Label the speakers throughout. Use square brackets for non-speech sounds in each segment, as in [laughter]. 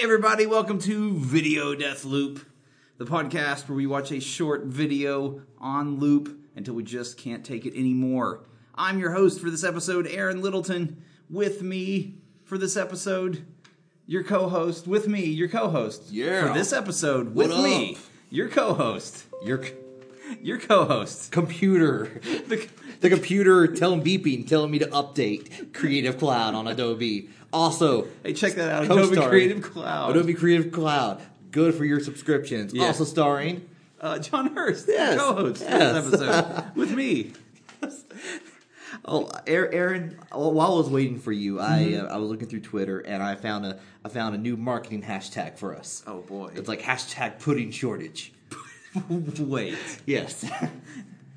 Speaker 1: everybody. Welcome to Video Death Loop, the podcast where we watch a short video on loop until we just can't take it anymore. I'm your host for this episode, Aaron Littleton. With me for this episode, your co host. With me, your co host.
Speaker 2: Yeah.
Speaker 1: For this episode, with
Speaker 2: What
Speaker 1: me,
Speaker 2: up?
Speaker 1: your co host.
Speaker 2: Your c-
Speaker 1: Your co [laughs] host.
Speaker 2: computer. The computer telling beeping, telling me to update Creative Cloud on Adobe. Also,
Speaker 1: Hey, check that out.
Speaker 2: co-starring
Speaker 1: Adobe Creative Cloud.
Speaker 2: Adobe Creative Cloud. Good for your subscriptions.
Speaker 1: Yeah.
Speaker 2: Also starring.
Speaker 1: uh, John Hurst,
Speaker 2: Yes.
Speaker 1: co-host
Speaker 2: Yes.
Speaker 1: for this
Speaker 2: [laughs]
Speaker 1: episode with me. [laughs]
Speaker 2: Oh, Aaron- Aaron! While I was waiting for you, I
Speaker 1: Mm-hmm.
Speaker 2: uh, I was looking through Twitter and I found a I found a new marketing hashtag for us.
Speaker 1: Oh, boy.
Speaker 2: It's like hashtag pudding shortage.
Speaker 1: Wait,
Speaker 2: Yes, [laughs]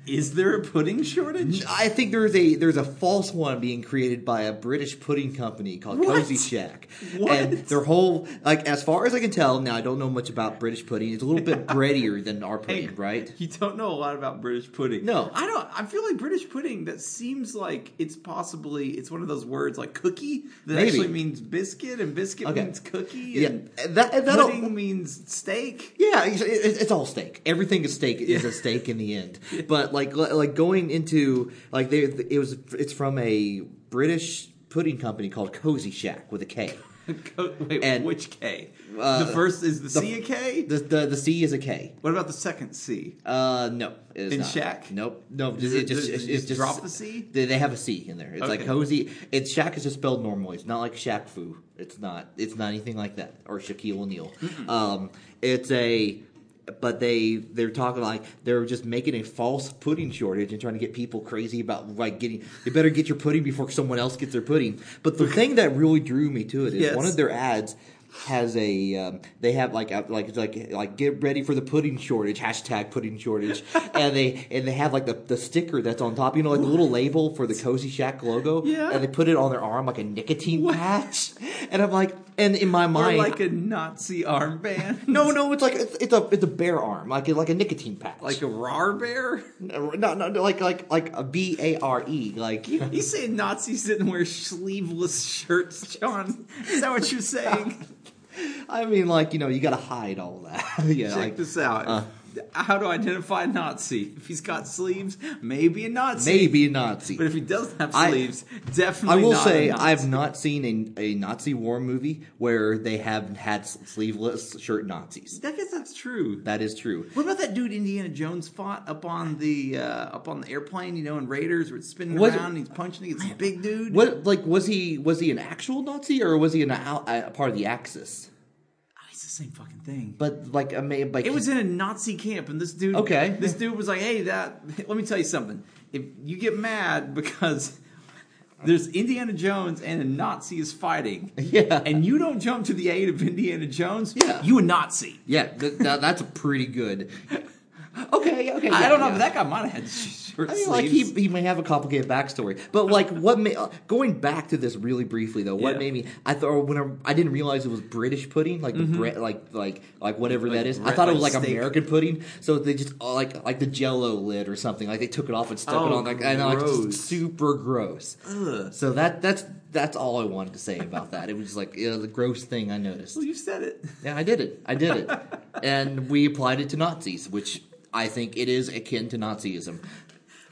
Speaker 1: is there a pudding shortage?
Speaker 2: I think there's a there's a false one being created by a British pudding company called
Speaker 1: What?
Speaker 2: Cozy Shack.
Speaker 1: What?
Speaker 2: And their whole like as far as I can tell, now I don't know much about British pudding. It's a
Speaker 1: [laughs]
Speaker 2: little bit breadier than our pudding, right?
Speaker 1: You don't know a lot about British pudding.
Speaker 2: No.
Speaker 1: I don't. I feel like British pudding. That seems like it's possibly it's one of those words like cookie that
Speaker 2: Maybe.
Speaker 1: actually means biscuit, and biscuit
Speaker 2: Okay.
Speaker 1: means cookie,
Speaker 2: Yeah,
Speaker 1: and
Speaker 2: that and that'll-
Speaker 1: pudding means steak. [laughs]
Speaker 2: Yeah, it's, it- it's all steak. Everything is steak is a steak in the end. But like like going into like they it was it's from a British pudding company called Cozy Shack with a K.
Speaker 1: Co- Wait,
Speaker 2: And-
Speaker 1: which K?
Speaker 2: Uh,
Speaker 1: the first is the, C a K.
Speaker 2: The the, the C is a K.
Speaker 1: what about the second C?
Speaker 2: Uh, no, it is
Speaker 1: In
Speaker 2: not.
Speaker 1: Shack?
Speaker 2: Nope, no.
Speaker 1: Does
Speaker 2: it,
Speaker 1: it- does
Speaker 2: just,
Speaker 1: it
Speaker 2: it's
Speaker 1: just
Speaker 2: just
Speaker 1: drop the C?
Speaker 2: They, they have a C in there. It's like
Speaker 1: Okay.
Speaker 2: cozy. It's Shack is just spelled normally. It's not like Shaq Fu. It's not. It's not anything like that or Shaquille O'Neal. Um, it's a. But they they're talking like they're just making a false pudding shortage and trying to get people crazy about like getting you better get your pudding before someone else gets their pudding. But the thing that really drew me to it is
Speaker 1: Yes.
Speaker 2: one of their ads has a um, they have like a, like like like get ready for the pudding shortage hashtag pudding [laughs] shortage and they and they have like the, the sticker that's on top you know like the little label for the cozy shack logo
Speaker 1: Yeah.
Speaker 2: and they put it on their arm like a nicotine patch [laughs] and I'm like and in my
Speaker 1: Or
Speaker 2: mind
Speaker 1: like a Nazi
Speaker 2: [laughs]
Speaker 1: armband?
Speaker 2: no no it's like it's, it's a it's a bear arm like like a nicotine patch
Speaker 1: like a rar bear.
Speaker 2: no no, no like like like a B A R E like
Speaker 1: You say Nazis didn't wear sleeveless shirts, John? Is that what you're
Speaker 2: [laughs]
Speaker 1: saying?
Speaker 2: I mean like you know you got to hide all that [laughs] yeah
Speaker 1: Check
Speaker 2: like, uh.
Speaker 1: this out. How to identify a Nazi? If he's got sleeves, maybe a Nazi.
Speaker 2: maybe Nazi
Speaker 1: But if he doesn't have
Speaker 2: I-
Speaker 1: sleeves,
Speaker 2: I
Speaker 1: definitely.
Speaker 2: will
Speaker 1: not
Speaker 2: say
Speaker 1: a Nazi.
Speaker 2: I've not seen a, a Nazi war movie where they have had s- sleeveless shirt Nazis.
Speaker 1: I guess that's true.
Speaker 2: That is true.
Speaker 1: What about that dude Indiana Jones fought up on the uh, up on the airplane? You know, in Raiders, where it's spinning
Speaker 2: Was-
Speaker 1: around, and he's punching. He's a big dude.
Speaker 2: What like was he was he an actual Nazi or was he an al- a part of the Axis?
Speaker 1: Oh, it's the same fucking thing.
Speaker 2: But like a man, like
Speaker 1: It was in a Nazi camp, and this dude.
Speaker 2: Okay.
Speaker 1: This dude was like, "Hey, that. [laughs] Let me tell you something. If you get mad because [laughs] there's Indiana Jones and a Nazi is fighting,
Speaker 2: [laughs] Yeah.
Speaker 1: and you don't jump to the aid of Indiana Jones,
Speaker 2: Yeah.
Speaker 1: you a Nazi."
Speaker 2: yeah. Th- now that's a pretty good. Okay, okay.
Speaker 1: I
Speaker 2: yeah,
Speaker 1: don't know,
Speaker 2: yeah.
Speaker 1: but that guy might have had sh- short
Speaker 2: I mean,
Speaker 1: sleeves.
Speaker 2: like he, he may have a complicated backstory, but like what may, uh, going back to this really briefly though, what
Speaker 1: Yeah.
Speaker 2: made me I thought when I, I didn't realize it was British pudding, like the bre- like like like whatever
Speaker 1: Mm-hmm. Like
Speaker 2: that is. I
Speaker 1: bre-
Speaker 2: thought it
Speaker 1: like
Speaker 2: was like
Speaker 1: steak.
Speaker 2: American pudding, so they just uh, like like the Jello lid or something. Like they took it off and stuck it
Speaker 1: Oh,
Speaker 2: on like and like just
Speaker 1: gross.
Speaker 2: super gross.
Speaker 1: Ugh.
Speaker 2: So that that's that's all I wanted to say about that. It was just like you know, the gross thing I noticed.
Speaker 1: Well, you said it.
Speaker 2: Yeah, I did it. I
Speaker 1: [laughs]
Speaker 2: did it, and we applied it to Nazis, which I think it is akin to Nazism.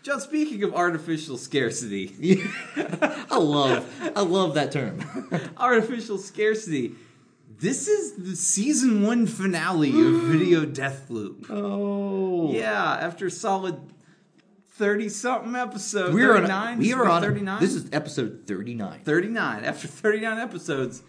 Speaker 1: John, speaking of artificial scarcity,
Speaker 2: Yeah. I love I love that term.
Speaker 1: artificial scarcity. This is the season one finale
Speaker 2: [gasps]
Speaker 1: of Video Death Loop.
Speaker 2: Oh.
Speaker 1: Yeah, after a solid thirty something episodes,
Speaker 2: We're on
Speaker 1: 39,
Speaker 2: we are on
Speaker 1: thirty nine.
Speaker 2: This is episode 39.
Speaker 1: thirty nine. After thirty nine episodes,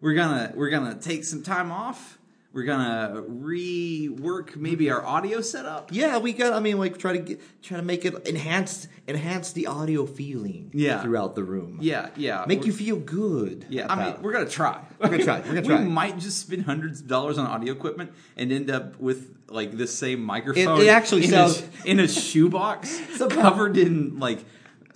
Speaker 1: we're gonna we're gonna take some time off. We're gonna rework maybe our audio setup.
Speaker 2: Yeah, we got I mean like try to get try to make it enhance enhance the audio feeling
Speaker 1: Yeah.
Speaker 2: throughout the room.
Speaker 1: Yeah, yeah.
Speaker 2: Make
Speaker 1: We're-
Speaker 2: you feel good.
Speaker 1: Yeah, I mean,
Speaker 2: about-
Speaker 1: we're gonna
Speaker 2: [laughs]
Speaker 1: try.
Speaker 2: We're gonna try. We're gonna try.
Speaker 1: We might just spend hundreds of dollars on audio equipment and end up with like this same microphone.
Speaker 2: it actually
Speaker 1: in
Speaker 2: sounds-
Speaker 1: a, in a shoebox [laughs]
Speaker 2: Somehow-
Speaker 1: covered in like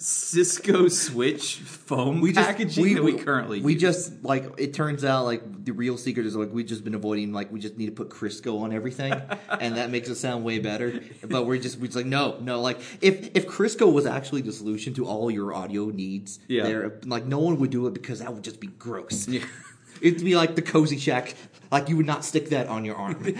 Speaker 1: Cisco switch foam
Speaker 2: we just,
Speaker 1: packaging that we currently
Speaker 2: we
Speaker 1: use.
Speaker 2: just like it turns out like the real secret is like we've just been avoiding like we just need to put Crisco
Speaker 1: [laughs]
Speaker 2: on everything and that makes it sound way better but we're just we're just like no no like if if Crisco was actually the solution to all your audio needs
Speaker 1: Yeah. [laughs]
Speaker 2: there like no one would do it because that would just be gross
Speaker 1: Yeah.
Speaker 2: It'd be like the cozy shack. Like you would not stick that on
Speaker 1: [laughs]
Speaker 2: your arm.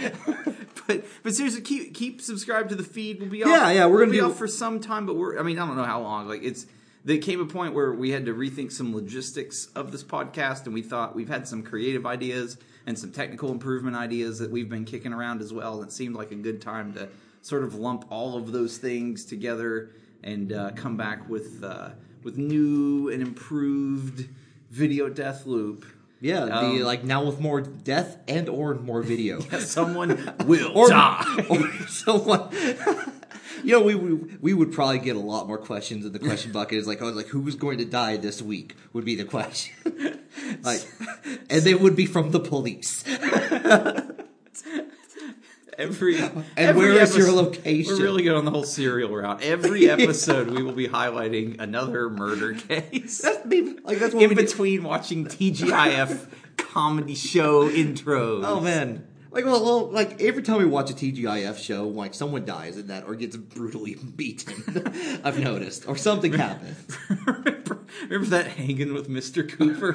Speaker 1: But but seriously, keep keep subscribed to the feed. We'll be off.
Speaker 2: Yeah, yeah, we're
Speaker 1: we'll
Speaker 2: gonna
Speaker 1: be
Speaker 2: do-
Speaker 1: off for some time. But we're I mean I don't know how long. Like it's there came a point where we had to rethink some logistics of this podcast, and we thought we've had some creative ideas and some technical improvement ideas that we've been kicking around as well. And it seemed like a good time to sort of lump all of those things together and uh, come back with uh, with new and improved video death loop. [laughs]
Speaker 2: yeah,
Speaker 1: Um,
Speaker 2: the, like now with more death and or more video.
Speaker 1: Someone will
Speaker 2: or,
Speaker 1: die.
Speaker 2: [laughs] or someone. [laughs] You know, we, we we would probably get a lot more questions in the question bucket. Is like, I was like, who's going to die this week? Would be the question, like, and they would be from the police. [laughs]
Speaker 1: Every
Speaker 2: And
Speaker 1: every
Speaker 2: where is your
Speaker 1: episode-
Speaker 2: location?
Speaker 1: We're really good on the whole serial route.
Speaker 2: [laughs]
Speaker 1: Every episode, we will be highlighting another murder case.
Speaker 2: That's maybe, like that's what
Speaker 1: in
Speaker 2: we do.
Speaker 1: between watching TGIF comedy show intros.
Speaker 2: Oh man. Like well, well, like every time we watch a TGIF show, like someone dies in that or gets brutally [laughs] beaten. I've noticed, or something happens.
Speaker 1: remember, [laughs] remember that hanging with Mr. Cooper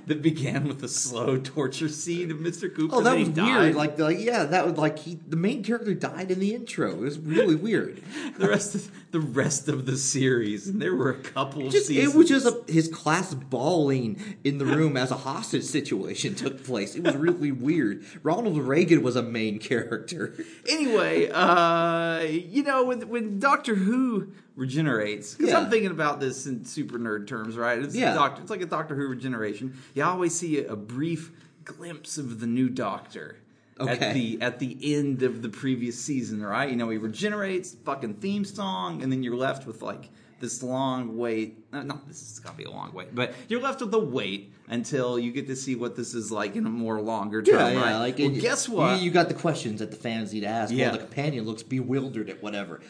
Speaker 1: [laughs] that began with a slow torture scene of Mr. Cooper.
Speaker 2: Oh, that
Speaker 1: he
Speaker 2: was
Speaker 1: died?
Speaker 2: weird. Like, like, yeah, that was like he, the main character died in the intro. It was really weird.
Speaker 1: the rest of the rest of the series, and there were a couple of
Speaker 2: Just,
Speaker 1: seasons.
Speaker 2: it was just a, his class bawling in the room as a hostage situation [laughs] took place. It was really weird. Ronald Reagan was a main character.
Speaker 1: anyway, uh, you know, when when Doctor Who regenerates, because
Speaker 2: Yeah.
Speaker 1: I'm thinking about this in super nerd terms, right? It's
Speaker 2: Yeah.
Speaker 1: a doctor. It's like a Doctor Who regeneration. You always see a, a brief glimpse of the new Doctor.
Speaker 2: Okay.
Speaker 1: At the at the end of the previous season, right? You know, he regenerates, fucking theme song, and then you're left with like this long wait. uh, Not this is gonna be a long wait, but you're left with a wait until you get to see what this is like in a more longer
Speaker 2: [laughs]
Speaker 1: term. right? well,
Speaker 2: uh, it-
Speaker 1: guess
Speaker 2: you-
Speaker 1: what?
Speaker 2: You, got the questions that the fans need to ask.
Speaker 1: Yeah.
Speaker 2: While the companion looks bewildered at whatever.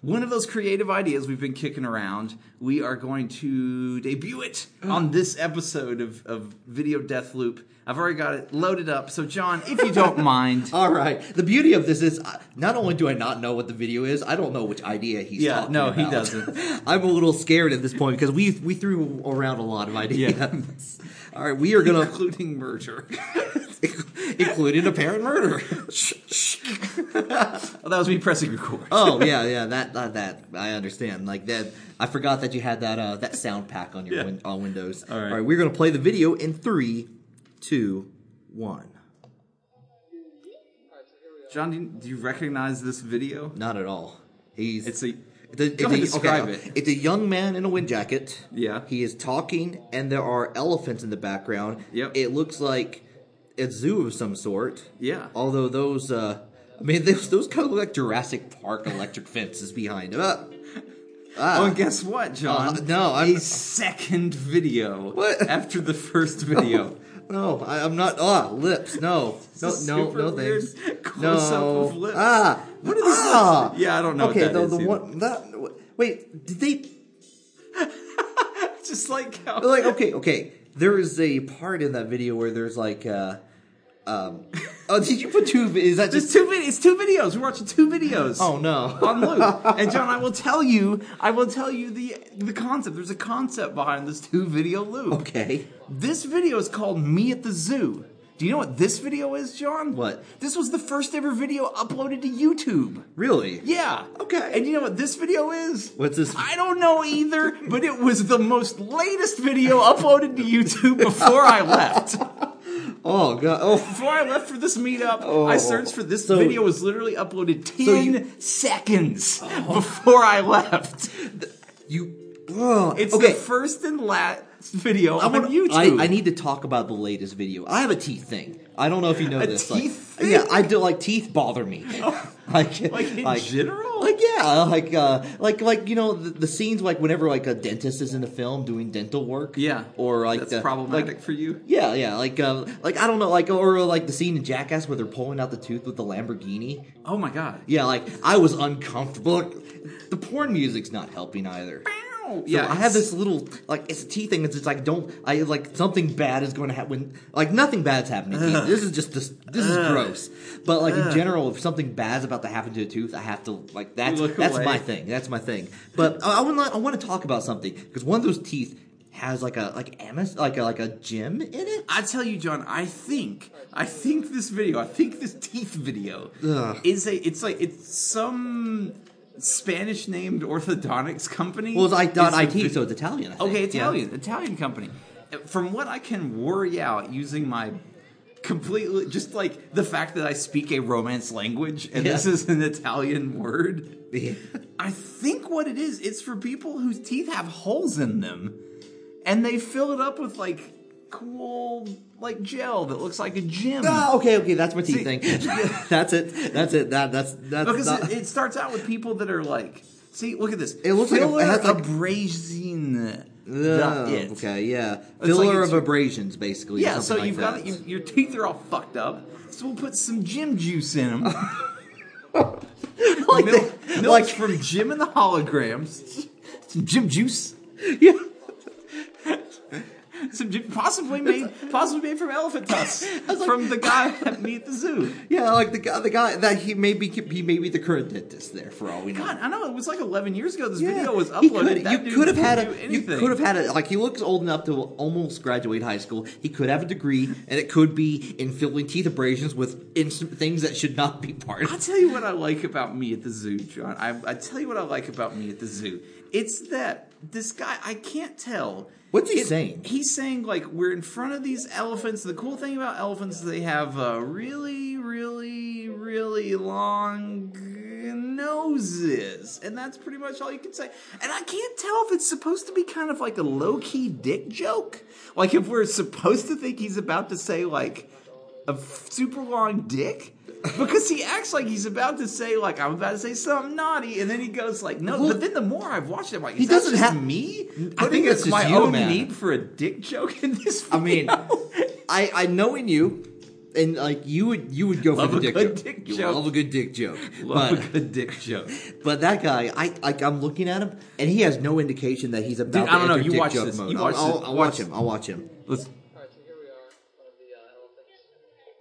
Speaker 1: one of those creative ideas we've been kicking around. We are going to debut it
Speaker 2: Oh.
Speaker 1: on this episode of, of Video Death Loop. I've already got it loaded up. So, John, if you
Speaker 2: [laughs]
Speaker 1: don't mind.
Speaker 2: All right. The beauty of this is, uh, not only do I not know what the video is, I don't know which idea he's
Speaker 1: Yeah,
Speaker 2: talking
Speaker 1: no,
Speaker 2: about.
Speaker 1: he doesn't.
Speaker 2: [laughs] I'm a little scared at this point because we we threw around a lot of ideas. All right, we are gonna
Speaker 1: Including murder.
Speaker 2: [laughs] including apparent murder.
Speaker 1: Oh, that was me pressing record. Uh,
Speaker 2: oh yeah, yeah. That that- that I understand. Like that, I forgot that you had that uh, that sound pack on your
Speaker 1: Yeah.
Speaker 2: win- on Windows. All
Speaker 1: All right.
Speaker 2: All right, we're gonna play the video in three, two, one.
Speaker 1: John, do you, do you recognize this video?
Speaker 2: Not at all. He's
Speaker 1: It's a.
Speaker 2: It's a, it's
Speaker 1: Go ahead,
Speaker 2: a-
Speaker 1: describe
Speaker 2: okay,
Speaker 1: it.
Speaker 2: It's a young man in a wind jacket.
Speaker 1: Yeah.
Speaker 2: He is talking, and there are elephants in the background.
Speaker 1: Yep.
Speaker 2: It looks like a zoo of some sort.
Speaker 1: Yeah.
Speaker 2: Although those, uh, I mean, [laughs] those, those kind of look like Jurassic Park electric fences behind him. Ah. Ah.
Speaker 1: Oh, and guess what, John?
Speaker 2: Uh, no,
Speaker 1: [laughs]
Speaker 2: I'm-
Speaker 1: a second video
Speaker 2: What?
Speaker 1: after the first video.
Speaker 2: No, I, I'm not. Ah,
Speaker 1: [laughs]
Speaker 2: lips. No, [laughs] no,
Speaker 1: It's a
Speaker 2: no,
Speaker 1: super
Speaker 2: no.
Speaker 1: weird
Speaker 2: Thanks.
Speaker 1: close-up
Speaker 2: No.
Speaker 1: of lips.
Speaker 2: Ah,
Speaker 1: What are these
Speaker 2: ah.
Speaker 1: lips? Yeah, I don't know what
Speaker 2: Okay,
Speaker 1: that
Speaker 2: the,
Speaker 1: is
Speaker 2: the
Speaker 1: either.
Speaker 2: one that. Wait, did they?
Speaker 1: Just like how.
Speaker 2: But, like okay okay there is a part in that video where there's like uh
Speaker 1: [laughs]
Speaker 2: um oh did you put two is that
Speaker 1: There's
Speaker 2: just
Speaker 1: two. vid- It's two videos. We're watching two videos.
Speaker 2: oh no
Speaker 1: on loop. And John, I will tell you, I will tell you the the concept. There's a concept behind this two video loop.
Speaker 2: okay
Speaker 1: This video is called Me at the Zoo. Do you know what this video is, John?
Speaker 2: What?
Speaker 1: This was the first ever video uploaded to YouTube.
Speaker 2: really
Speaker 1: Yeah.
Speaker 2: Okay.
Speaker 1: And you know what this video is?
Speaker 2: What's this?
Speaker 1: I don't know either, but it was the most latest video uploaded to YouTube before I left.
Speaker 2: oh god oh
Speaker 1: Before I left for this meetup,
Speaker 2: Oh.
Speaker 1: I searched for this
Speaker 2: So-
Speaker 1: video was literally uploaded 10
Speaker 2: you- Oh.
Speaker 1: seconds before I left.
Speaker 2: you oh,
Speaker 1: It's
Speaker 2: okay
Speaker 1: the first and last video
Speaker 2: I
Speaker 1: on
Speaker 2: wanna-
Speaker 1: YouTube.
Speaker 2: I, I need to talk about the latest video. I have a teeth thing. I don't know if you know
Speaker 1: A
Speaker 2: this.
Speaker 1: teeth
Speaker 2: like,
Speaker 1: thing? Oh.
Speaker 2: Yeah, I do. Like teeth bother me. [laughs] like,
Speaker 1: like in general?
Speaker 2: Like yeah, like uh, like like you know the, the scenes like whenever like a dentist is in a film doing dental work.
Speaker 1: yeah.
Speaker 2: or like
Speaker 1: That's
Speaker 2: the,
Speaker 1: problematic
Speaker 2: like-
Speaker 1: for you.
Speaker 2: Yeah, yeah, like, uh, like I don't know, like, or like the scene in Jackass where they're pulling out the tooth with the Lamborghini.
Speaker 1: Oh my god.
Speaker 2: Yeah, like I was uncomfortable. Like, the porn music's not helping either. So
Speaker 1: yeah.
Speaker 2: I have this little like it's a teeth thing. It's just like don't I like something bad is going to happen. Like nothing bad's happening. to teeth. This is just this. This is gross. But like in general, if something bad's about to happen to a tooth, I have to like that's
Speaker 1: Look
Speaker 2: that's
Speaker 1: away.
Speaker 2: my thing. That's my thing. But I, I want I want to talk about something because one of those teeth has like a like amis like a like a gym in it.
Speaker 1: I tell you, John, I think I think this video, I think this teeth video
Speaker 2: Ugh.
Speaker 1: is a it's like it's some Spanish named orthodontics company.
Speaker 2: Well, it's like dot
Speaker 1: is a
Speaker 2: it,
Speaker 1: vi-
Speaker 2: so it's Italian. I think.
Speaker 1: Okay,
Speaker 2: Yeah.
Speaker 1: Italian, Italian company. From what I can worry out using my completely just like the fact that I speak a Romance language and this
Speaker 2: Yeah.
Speaker 1: is an Italian word.
Speaker 2: Yeah.
Speaker 1: I think what it is, it's for people whose teeth have holes in them, and they fill it up with like cool like gel that looks like a gym.
Speaker 2: [laughs] Ah, okay, okay, that's my teeth
Speaker 1: See- [laughs]
Speaker 2: thing. [laughs] that's it. That's it. That that's that's.
Speaker 1: Because
Speaker 2: not-
Speaker 1: it, it starts out with people that are like, see, look at this.
Speaker 2: It looks like a- it
Speaker 1: Filler
Speaker 2: has, like-
Speaker 1: abrasion.
Speaker 2: Ugh,
Speaker 1: Not it.
Speaker 2: Oh, okay, yeah,
Speaker 1: like
Speaker 2: filler
Speaker 1: it's-
Speaker 2: of abrasions, basically.
Speaker 1: Yeah, so
Speaker 2: something
Speaker 1: you've
Speaker 2: like
Speaker 1: got
Speaker 2: that.
Speaker 1: you, your teeth are all fucked up. So we'll put some gym juice in them.
Speaker 2: [laughs] like,
Speaker 1: milk,
Speaker 2: they-
Speaker 1: milk
Speaker 2: like
Speaker 1: from Jim and the Holograms. Some gym juice.
Speaker 2: yeah,
Speaker 1: [laughs] Some gym, possibly made possibly made from
Speaker 2: [laughs]
Speaker 1: elephant tusks
Speaker 2: was like-
Speaker 1: from the
Speaker 2: [laughs]
Speaker 1: guy at me at the zoo.
Speaker 2: yeah, like the guy, the guy that he may be he may be the current dentist there for all we know.
Speaker 1: God, I know it was like 11 years ago. This
Speaker 2: Yeah,
Speaker 1: video was
Speaker 2: he
Speaker 1: uploaded.
Speaker 2: could-
Speaker 1: That
Speaker 2: you
Speaker 1: dude
Speaker 2: could have had
Speaker 1: didn't do
Speaker 2: a. You
Speaker 1: anything.
Speaker 2: could have had a. Like he looks old enough to almost graduate high school. He could have a degree, and it could be in filling teeth abrasions with instant things that should not be part. of
Speaker 1: I tell you what I like about me at the zoo, John. I, I tell you what I like about me at the zoo. It's that this guy, I can't tell.
Speaker 2: What's he saying?
Speaker 1: He's saying like we're in front of these elephants. The cool thing about elephants is they have uh, really, really, really long noses, and that's pretty much all you can say. And I can't tell if it's supposed to be kind of like a low key dick joke, like if we're supposed to think he's about to say like a f- super long dick. Because he acts like he's about to say, like I'm about to say something naughty, and then he goes like, no.
Speaker 2: Well-
Speaker 1: but then the more I've watched it, I'm like, is
Speaker 2: He
Speaker 1: that
Speaker 2: doesn't
Speaker 1: just
Speaker 2: have-
Speaker 1: me.
Speaker 2: I
Speaker 1: I
Speaker 2: think
Speaker 1: think
Speaker 2: that's
Speaker 1: it's
Speaker 2: just
Speaker 1: my
Speaker 2: you,
Speaker 1: own
Speaker 2: man.
Speaker 1: need for a dick joke in this. Video.
Speaker 2: I
Speaker 1: [laughs]
Speaker 2: mean, I I know in you, and like you would you would go
Speaker 1: Love
Speaker 2: for
Speaker 1: a
Speaker 2: the dick,
Speaker 1: good
Speaker 2: joke.
Speaker 1: dick
Speaker 2: You
Speaker 1: joke.
Speaker 2: love a good dick joke.
Speaker 1: love
Speaker 2: but
Speaker 1: a good dick joke.
Speaker 2: but that guy, I like I'm looking at him, and he has no indication that he's about.
Speaker 1: Dude,
Speaker 2: to
Speaker 1: I don't know,
Speaker 2: enter
Speaker 1: you
Speaker 2: dick
Speaker 1: watch
Speaker 2: joke
Speaker 1: this,
Speaker 2: Mode.
Speaker 1: you
Speaker 2: I'll,
Speaker 1: watch
Speaker 2: I'll,
Speaker 1: this,
Speaker 2: I'll
Speaker 1: watch
Speaker 2: watch
Speaker 1: this.
Speaker 2: him. I'll watch him.
Speaker 1: Let's,
Speaker 3: Alright, so here we are, one of the uh,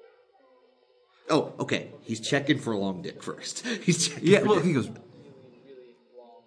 Speaker 3: elephants.
Speaker 2: Oh, okay. He's checking for a long dick first. [laughs] He's checking.
Speaker 1: yeah,
Speaker 2: for
Speaker 1: look,
Speaker 2: dick.
Speaker 1: he goes.
Speaker 3: Really long.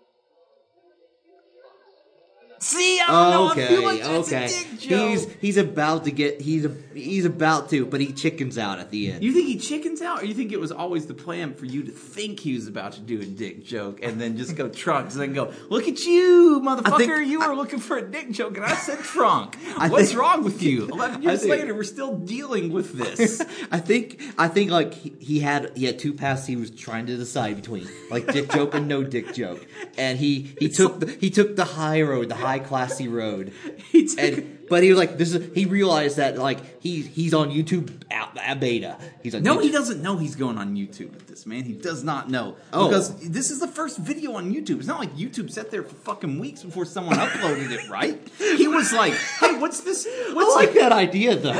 Speaker 1: See, I don't know. I feel like
Speaker 2: Oh, Okay,
Speaker 1: that's
Speaker 2: okay.
Speaker 1: a dick joke.
Speaker 2: He's he's about to get he's a, he's about to, but he chickens out at the end.
Speaker 1: you think he chickens out, or you think it was always the plan for you to think he was about to do a dick joke and then just go trunks and then go, look at you, motherfucker,
Speaker 2: think-
Speaker 1: you were looking for a dick joke and I said trunk.
Speaker 2: [laughs]
Speaker 1: What's
Speaker 2: think-
Speaker 1: wrong with
Speaker 2: [laughs]
Speaker 1: you? 11 years
Speaker 2: think-
Speaker 1: later, we're still dealing with this.
Speaker 2: [laughs] I think I think like he, he had he had two paths he was trying to decide between, like dick joke and no dick joke, and he
Speaker 1: [laughs]
Speaker 2: he took the, he took the high road, the high classy road,
Speaker 1: He took-
Speaker 2: and but [laughs] he was like this is he realized that like he he's on YouTube at, at beta. He's like
Speaker 1: No,
Speaker 2: "Bitch,
Speaker 1: he doesn't know he's going on YouTube with this, man. He does not know.
Speaker 2: Oh.
Speaker 1: Because this is the first video on YouTube. It's not like YouTube sat there for fucking weeks before someone uploaded it, right? He was like, hey, what's
Speaker 2: [laughs]
Speaker 1: this? What's
Speaker 2: I like
Speaker 1: like
Speaker 2: that idea [laughs] though.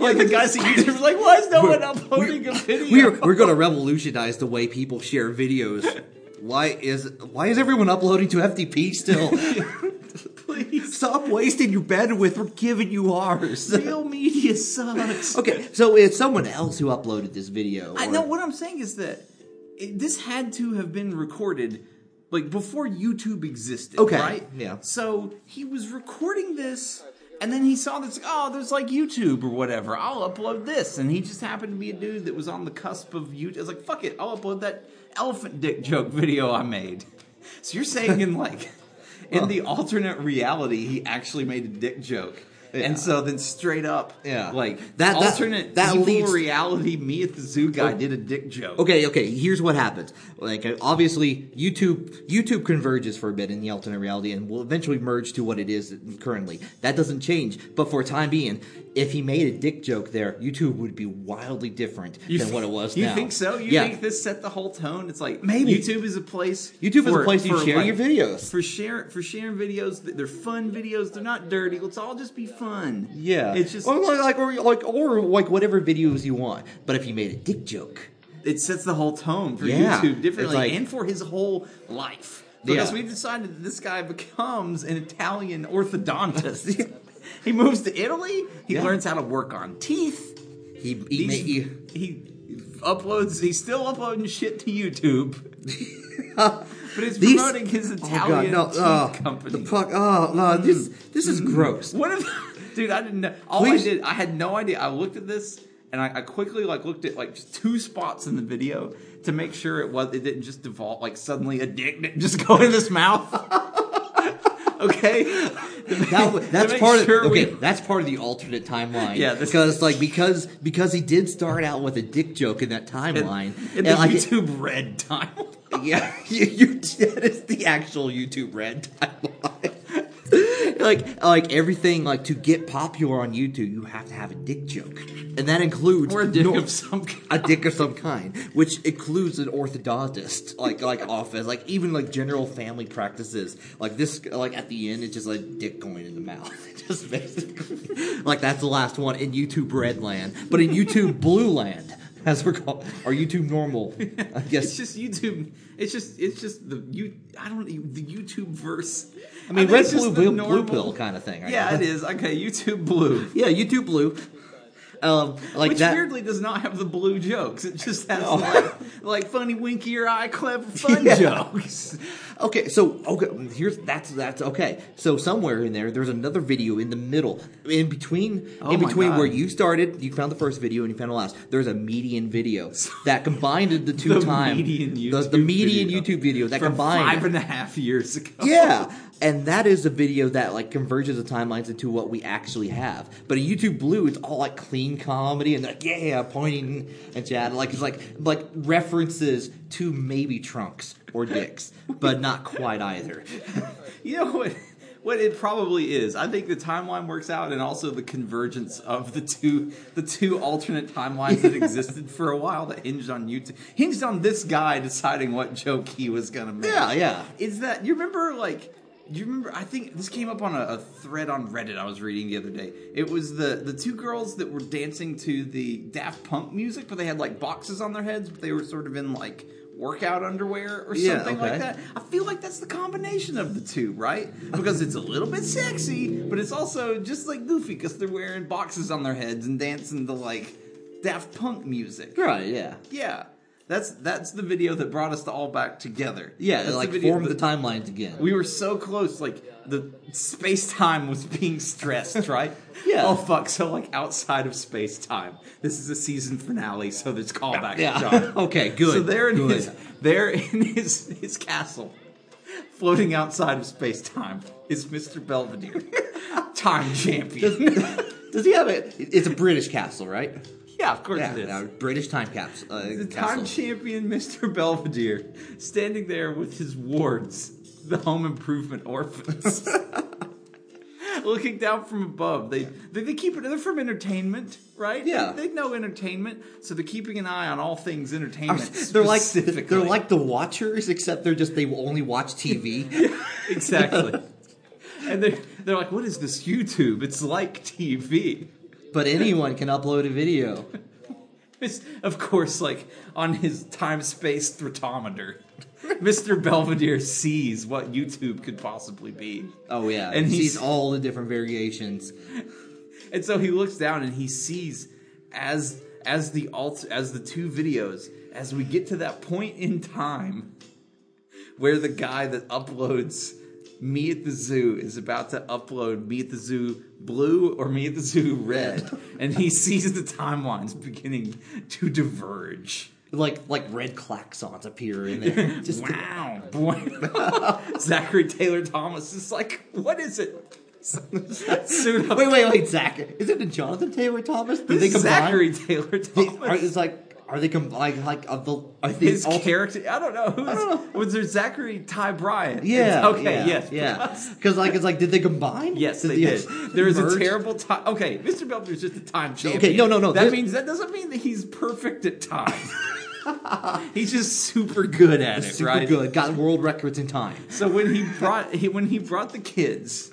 Speaker 1: Like the guys at YouTube were like, why is no one
Speaker 2: We're-
Speaker 1: uploading a video?
Speaker 2: we're we're gonna revolutionize the way people share videos. Why is why is everyone uploading to FTP [laughs] still?
Speaker 1: [laughs] Please.
Speaker 2: Stop wasting your bandwidth. We're giving you ours.
Speaker 1: Real media sucks.
Speaker 2: Okay, so it's someone else who uploaded this video.
Speaker 1: I
Speaker 2: or-
Speaker 1: know what I'm saying is that it, this had to have been recorded like before YouTube existed.
Speaker 2: Okay,
Speaker 1: Right?
Speaker 2: yeah.
Speaker 1: So he was recording this and then he saw this oh, there's like YouTube or whatever. I'll upload this. And he just happened to be a dude that was on the cusp of YouTube. I was like, fuck it, I'll upload that elephant dick joke [laughs] video I made. So you're saying in like in the alternate reality he actually made a dick joke.
Speaker 2: Yeah.
Speaker 1: And so then straight up
Speaker 2: Yeah.
Speaker 1: like that,
Speaker 2: That- that-
Speaker 1: alternate
Speaker 2: that
Speaker 1: evil
Speaker 2: leads-
Speaker 1: reality me at the zoo guy did a dick joke.
Speaker 2: Okay, okay. Here's what happens. Like, uh, obviously, YouTube YouTube converges for a bit in the alternate reality, and will eventually merge to what it is currently. That doesn't change, but for time being, if he made a dick joke there, YouTube would be wildly different than
Speaker 1: th-
Speaker 2: what it was.
Speaker 1: You
Speaker 2: now.
Speaker 1: think so? You
Speaker 2: yeah.
Speaker 1: think this set the whole tone? It's like
Speaker 2: Maybe.
Speaker 1: YouTube is a place.
Speaker 2: YouTube is a place you share
Speaker 1: like,
Speaker 2: your videos.
Speaker 1: for share for sharing videos. Th- They're fun videos. They're not dirty. Let's all just be fun.
Speaker 2: Yeah,
Speaker 1: it's just
Speaker 2: or like, or like or like whatever videos you want. But if you made a dick joke,
Speaker 1: it sets the whole tone for
Speaker 2: Yeah.
Speaker 1: YouTube differently
Speaker 2: It's like-
Speaker 1: and for his whole life. Because
Speaker 2: Yeah.
Speaker 1: we decided that this guy becomes an Italian orthodontist. [laughs] he moves to Italy. He
Speaker 2: Yeah.
Speaker 1: learns how to work on teeth.
Speaker 2: he he, oh,
Speaker 1: He's-
Speaker 2: made you. [laughs]
Speaker 1: he uploads. He's still uploading shit to YouTube. But it's
Speaker 2: These-
Speaker 1: promoting his
Speaker 2: Oh,
Speaker 1: Italian
Speaker 2: God,
Speaker 1: tea Mm.
Speaker 2: no, oh,
Speaker 1: company.
Speaker 2: The fuck, oh, no, this, this is gross.
Speaker 1: What if, dude? I didn't know. All
Speaker 2: Please.
Speaker 1: I did, I had no idea. I looked at this and I, I quickly like looked at like just two spots in the video to make sure it was it didn't just devolve like suddenly a dick didn't just go in his
Speaker 2: [laughs]
Speaker 1: mouth. okay, [laughs]
Speaker 2: That,
Speaker 1: To
Speaker 2: wa- that's
Speaker 1: make
Speaker 2: part of
Speaker 1: sure we-
Speaker 2: okay. That's part of the alternate timeline.
Speaker 1: Yeah, this-
Speaker 2: because like because because he did start out with a dick joke in that timeline.
Speaker 1: in the
Speaker 2: like,
Speaker 1: YouTube red time.
Speaker 2: Yeah, [laughs] you, you, that is the actual YouTube red timeline. [laughs] like, like everything, like to get popular on YouTube, you have to have a dick joke, and that includes
Speaker 1: Or a dick
Speaker 2: nor-
Speaker 1: of some kind.
Speaker 2: a dick of some kind, which includes an orthodontist, like like office, like even like general family practices. Like this, like at the end, it's just like dick going in the mouth. [laughs] It just basically like that's the last one in YouTube Red Land, but in YouTube Blue Land. As we're called, or YouTube normal, I
Speaker 1: It's
Speaker 2: guess.
Speaker 1: just YouTube. It's just it's just the you. I don't the YouTube verse.
Speaker 2: I mean,
Speaker 1: think
Speaker 2: red,
Speaker 1: it's just
Speaker 2: blue,
Speaker 1: the
Speaker 2: blue,
Speaker 1: normal-
Speaker 2: blue pill kind of thing. I
Speaker 1: Yeah,
Speaker 2: guess.
Speaker 1: it is. Okay, YouTube blue.
Speaker 2: Yeah, YouTube blue. Um, like
Speaker 1: Which
Speaker 2: that.
Speaker 1: weirdly does not have the blue jokes. It just has
Speaker 2: No.
Speaker 1: like, like funny winky or eye clever fun
Speaker 2: [laughs] Yeah.
Speaker 1: jokes.
Speaker 2: Okay, so okay, here's that's that's okay. So somewhere in there, there's another video in the middle, in between,
Speaker 1: Oh
Speaker 2: in
Speaker 1: my
Speaker 2: between
Speaker 1: God.
Speaker 2: where you started, you found the first video and you found the last. There's a median
Speaker 1: [laughs]
Speaker 2: video that combined the two
Speaker 1: The
Speaker 2: time
Speaker 1: median
Speaker 2: the, the
Speaker 1: YouTube
Speaker 2: median
Speaker 1: video.
Speaker 2: YouTube video that
Speaker 1: From
Speaker 2: combined
Speaker 1: five and a half years ago.
Speaker 2: [laughs] Yeah, and that is a video that like converges the timelines into what we actually have. But in YouTube Blue, it's all like clean comedy and like yeah, pointing and chat, like it's like like references to maybe trunks or dicks, but not quite either.
Speaker 1: You know what? [laughs] What it probably is, I think the timeline works out, and also the convergence of the two the two alternate timelines that existed for a while that hinged on YouTube, hinged on this guy deciding what joke he was gonna make.
Speaker 2: Yeah, yeah.
Speaker 1: is that you remember like do you remember i think this came up on a, a thread on reddit i was reading the other day it was the the two girls that were dancing to the daft punk music but they had like boxes on their heads but they were sort of in like workout underwear or
Speaker 2: Yeah,
Speaker 1: something
Speaker 2: okay.
Speaker 1: like that i feel like that's the combination of the two right because it's a little bit sexy but it's also just like goofy because they're wearing boxes on their heads and dancing to like daft punk music
Speaker 2: Right, yeah.
Speaker 1: yeah that's that's the video that brought us all back together
Speaker 2: Yeah,
Speaker 1: That's
Speaker 2: it, like
Speaker 1: video
Speaker 2: form the
Speaker 1: that-
Speaker 2: timelines again.
Speaker 1: we were so close, like the space time was being stressed, right?
Speaker 2: [laughs] Yeah.
Speaker 1: Oh fuck! So like outside of space time, this is a season finale, so there's callback.
Speaker 2: yeah.
Speaker 1: John.
Speaker 2: [laughs] okay, good.
Speaker 1: So there in
Speaker 2: good.
Speaker 1: his, there in his his castle, floating outside of space time, is Mister Belvedere, [laughs] time champion.
Speaker 2: Does he have it? It's a British castle, right?
Speaker 1: [laughs] yeah, of course
Speaker 2: Yeah,
Speaker 1: it is.
Speaker 2: uh, British time caps. Uh,
Speaker 1: the
Speaker 2: castle.
Speaker 1: time champion [laughs] Mr. Belvedere standing there with his wards, the home improvement
Speaker 2: [laughs]
Speaker 1: orphans. Looking down from above, they, they they keep it. They're from entertainment, right?
Speaker 2: Yeah.
Speaker 1: they, they know entertainment, so they're keeping an eye on all things
Speaker 2: Are-
Speaker 1: entertainment.
Speaker 2: [laughs] they're like
Speaker 1: specifically.
Speaker 2: they're like the Watchers, except they're just they will only watch [laughs] TV.
Speaker 1: exactly, and they're they're like, what is this YouTube? It's like TV.
Speaker 2: but anyone can upload a video.
Speaker 1: Mis- Of course, like on his time space [laughs] thermometer, Mr. Belvedere sees what YouTube could possibly be.
Speaker 2: Oh yeah,
Speaker 1: And
Speaker 2: and he
Speaker 1: he's-
Speaker 2: sees all the different variations.
Speaker 1: And so he looks down and he sees as as the alt as the two videos as we get to that point in time where the guy that uploads me at the zoo is about to upload me at the zoo blue or me at the zoo red and he sees the timelines beginning to diverge
Speaker 2: Like like red klaxons appear
Speaker 1: [laughs]
Speaker 2: in there. Just
Speaker 1: wow boy [laughs] zachary taylor thomas is like what is it soon
Speaker 2: [laughs] wait, wait, wait, Zach, is it the Jonathan Taylor Thomas? Did
Speaker 1: they
Speaker 2: they combine?
Speaker 1: zachary taylor
Speaker 2: They-
Speaker 1: thomas
Speaker 2: are, it's like are they com- like like of the are they
Speaker 1: his
Speaker 2: all-
Speaker 1: character. I don't know. Who's,
Speaker 2: I don't know.
Speaker 1: Was there Zachary Ty Bryant?
Speaker 2: Yeah.
Speaker 1: It's- okay.
Speaker 2: yeah,
Speaker 1: yes.
Speaker 2: Yeah.
Speaker 1: because-
Speaker 2: Because like it's like did they combine?
Speaker 1: Yes, they did. There is a terrible time. Okay, Mr. Belvedere's just a time champion.
Speaker 2: no, no, no,
Speaker 1: That
Speaker 2: there-
Speaker 1: means that doesn't mean that he's perfect at
Speaker 2: [laughs]
Speaker 1: time. he's just super good at it,
Speaker 2: Super
Speaker 1: right?
Speaker 2: good. Got world records in time.
Speaker 1: So when he brought he, when he brought the kids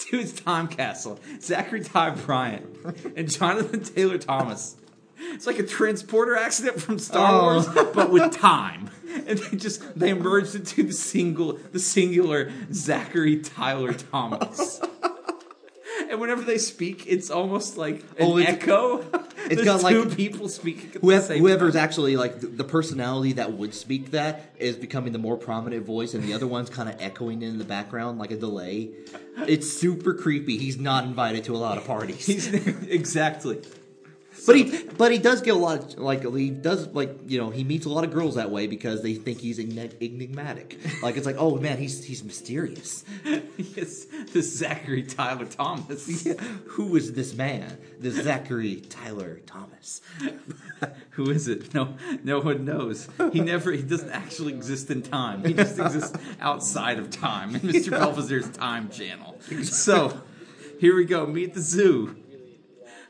Speaker 1: to his time castle, Zachary Ty Bryant and Jonathan Taylor Thomas. It's like a transporter accident from Star
Speaker 2: Oh.
Speaker 1: Wars, but with time. And they just they merged into the single the singular Zachary Tyler Thomas. and whenever they speak, it's almost like an
Speaker 2: Oh, it's-
Speaker 1: echo.
Speaker 2: [laughs] it's
Speaker 1: There's
Speaker 2: got, like,
Speaker 1: two people speaking. at the
Speaker 2: Whoever,
Speaker 1: same
Speaker 2: whoever's actually like the, the personality that would speak that is becoming the more prominent voice, and the other one's kind of echoing in the background like a delay. It's super creepy. He's not invited to a lot of
Speaker 1: [laughs]
Speaker 2: parties.
Speaker 1: He's, exactly.
Speaker 2: But he, but he does get a lot of like he does like you know he meets a lot of girls that way because they think he's enigma- enigmatic. Like it's like oh man he's he's mysterious.
Speaker 1: Yes, this Zachary Tyler
Speaker 2: [laughs]
Speaker 1: Thomas,
Speaker 2: Who is this man? This Zachary Tyler Thomas.
Speaker 1: [laughs] who is it? No, no one knows. He never. He doesn't actually exist in time. He just exists outside of time in Mr. Belvazer's time channel. So, here we go. Meet the zoo.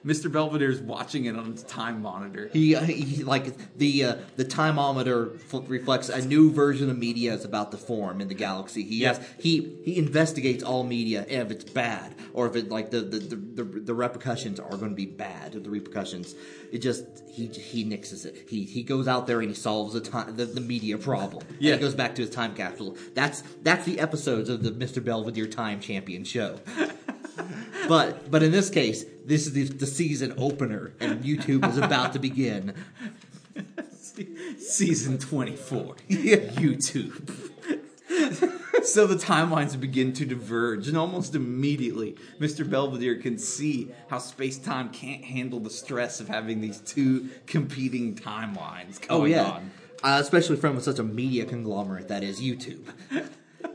Speaker 1: Mr. Belvedere's watching it on his time monitor.
Speaker 2: He, he like the uh, the timeometer f- reflects a new version of media is about to form in the galaxy. He
Speaker 1: Yeah.
Speaker 2: has he he investigates all media and if it's bad or if it like the the, the, the, the repercussions are going to be bad. The repercussions, it just he he nixes it. He he goes out there and he solves the time the, the media problem. And
Speaker 1: Yeah.
Speaker 2: he goes back to his time capsule. That's that's the episodes of the Mister Belvedere Time Champion show. But but in this case, this is the, the season opener, and YouTube is about to begin.
Speaker 1: Season 24. [laughs]
Speaker 2: Yeah.
Speaker 1: YouTube. [laughs] so the timelines begin to diverge, and almost immediately, Mr. Belvedere can see how space time can't handle the stress of having these two competing timelines going
Speaker 2: Oh yeah,
Speaker 1: on.
Speaker 2: uh, especially from such a media conglomerate that is YouTube. [laughs]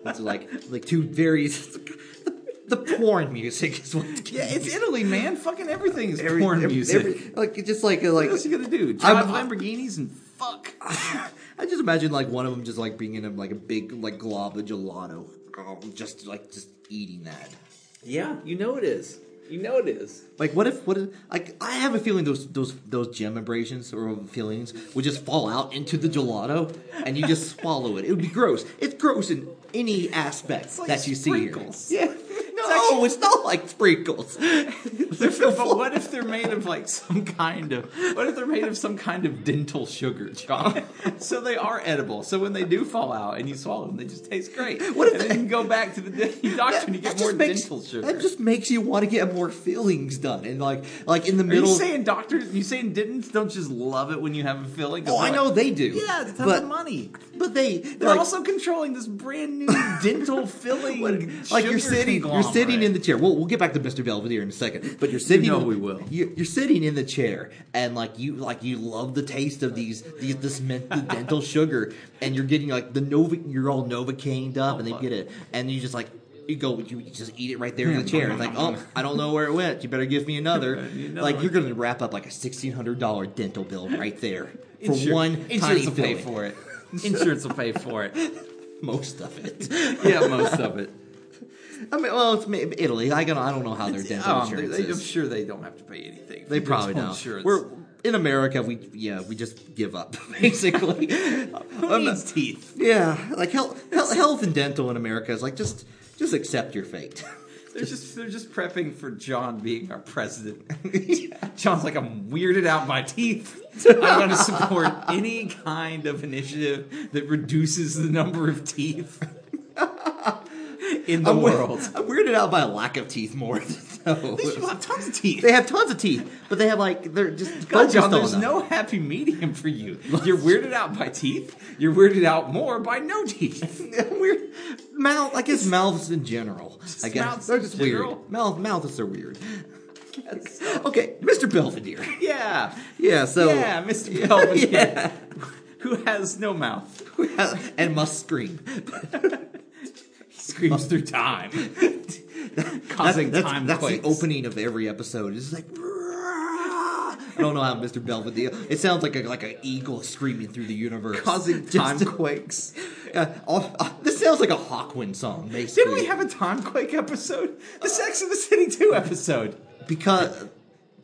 Speaker 2: It's like like two very [laughs] the porn music is what
Speaker 1: Yeah, it's Italy, man. Fucking everything is
Speaker 2: Every-
Speaker 1: porn
Speaker 2: every-
Speaker 1: music.
Speaker 2: every- like it's just like uh, like
Speaker 1: what else you gonna do?
Speaker 2: I'm-
Speaker 1: Drive Lamborghinis and fuck.
Speaker 2: [laughs] I just imagine like one of them just like being in a, like a big like glob of gelato, Oh, just like just eating that.
Speaker 1: Yeah, you know it is. You know it is.
Speaker 2: Like what if what if like I have a feeling those those those gem abrasions or feelings would just fall out into the gelato and you
Speaker 1: [laughs]
Speaker 2: just swallow it. It would be gross. It's gross in any aspect
Speaker 1: like
Speaker 2: that you
Speaker 1: sprinkles.
Speaker 2: see here. Yeah. No, it's,
Speaker 1: actually-
Speaker 2: not like sprinkles.
Speaker 1: [laughs] but what if they're made [laughs] of like some kind of what if they're made of some kind of dental sugar, John? [laughs] so they are edible. So when they do fall out and you swallow them, they just taste [laughs] great.
Speaker 2: What if
Speaker 1: and
Speaker 2: they-
Speaker 1: then you go back to the de- [laughs] doctor and you get
Speaker 2: That just
Speaker 1: more
Speaker 2: makes-
Speaker 1: dental sugar?
Speaker 2: That just makes you want to get more fillings done and like like in the
Speaker 1: are you
Speaker 2: middle.
Speaker 1: saying doctors? You saying dentals don't just love it when you have a filling? 'Cause
Speaker 2: oh, I
Speaker 1: they're
Speaker 2: know
Speaker 1: like,
Speaker 2: they do.
Speaker 1: Yeah, it's tons
Speaker 2: but,
Speaker 1: of money.
Speaker 2: But they
Speaker 1: They're
Speaker 2: like,
Speaker 1: also controlling this brand [laughs] new dental filling.
Speaker 2: Like, like you're
Speaker 1: sugar
Speaker 2: sitting, you're
Speaker 1: conglomerate.
Speaker 2: sitting in the chair. We'll, we'll get back to Mr. Belvedere in a second, but you're sitting.
Speaker 1: know we will.
Speaker 2: You're, you're sitting in the chair, and like you, like you love the taste of these, these this mint, the
Speaker 1: [laughs]
Speaker 2: dental sugar, and you're getting like the Nova. You're all Novocaine up, and they
Speaker 1: Oh, fuck.
Speaker 2: get it, and you just like you go, you just eat it right there
Speaker 1: [laughs]
Speaker 2: in the chair. It's like, oh, I don't know where it went. You better give me another.
Speaker 1: need another
Speaker 2: Like
Speaker 1: one.
Speaker 2: you're gonna wrap up like a sixteen hundred dollar dental bill right there for
Speaker 1: Insur-
Speaker 2: one
Speaker 1: insurance
Speaker 2: tiny
Speaker 1: will pay
Speaker 2: filling.
Speaker 1: for it. Insurance will pay for it.
Speaker 2: [laughs] Most of it.
Speaker 1: [laughs] Yeah, most of it.
Speaker 2: I mean, well, it's ma- Italy. I don't, I don't know how their dental
Speaker 1: Um,
Speaker 2: insurance
Speaker 1: they- they- I'm
Speaker 2: is.
Speaker 1: sure they don't have to pay anything.
Speaker 2: They
Speaker 1: for
Speaker 2: probably
Speaker 1: dental
Speaker 2: don't.
Speaker 1: Insurance.
Speaker 2: We're in America. We yeah, we just give up [laughs] basically.
Speaker 1: Who
Speaker 2: I'm not-
Speaker 1: needs teeth? [laughs]
Speaker 2: yeah, like health, health, health and dental in America is like just just accept your fate.
Speaker 1: They're just they're just prepping for John being our president. [laughs] John's like I'm weirded out by [laughs] teeth. I'm going to support any kind of initiative that reduces the number of teeth in the
Speaker 2: I'm weir-
Speaker 1: world. [laughs]
Speaker 2: I'm weirded out by a lack of teeth more. than- [laughs] so.
Speaker 1: These people have tons of teeth.
Speaker 2: They have tons of teeth, but they have like they're just
Speaker 1: God,
Speaker 2: focused
Speaker 1: John,
Speaker 2: on
Speaker 1: there's
Speaker 2: them.
Speaker 1: no happy medium for [laughs] you. You're weirded out by teeth. You're weirded out more by no teeth.
Speaker 2: [laughs] weird mouth. I guess mouths in general. I guess
Speaker 1: mouths
Speaker 2: they're
Speaker 1: in
Speaker 2: just
Speaker 1: general.
Speaker 2: weird. Mouth mouths are weird. [laughs] okay, Mr. Belvedere.
Speaker 1: [laughs]
Speaker 2: [laughs]
Speaker 1: Yeah.
Speaker 2: Yeah. So
Speaker 1: yeah, Mr. Belvedere,
Speaker 2: [laughs] Yeah.
Speaker 1: who has no mouth,
Speaker 2: [laughs] and must scream.
Speaker 1: screams through
Speaker 2: [laughs]
Speaker 1: time, causing
Speaker 2: that's,
Speaker 1: time
Speaker 2: that's the
Speaker 1: quakes.
Speaker 2: opening of every episode. It's just like I don't know how Mr. Belvedere. It sounds like a, like an eagle screaming through the universe,
Speaker 1: causing
Speaker 2: Just-
Speaker 1: time
Speaker 2: [laughs]
Speaker 1: quakes.
Speaker 2: uh, all- uh, this sounds like a Hawkwind song, basically.
Speaker 1: Didn't we have a time quake episode? The Sex of the City two episode.
Speaker 2: uh, because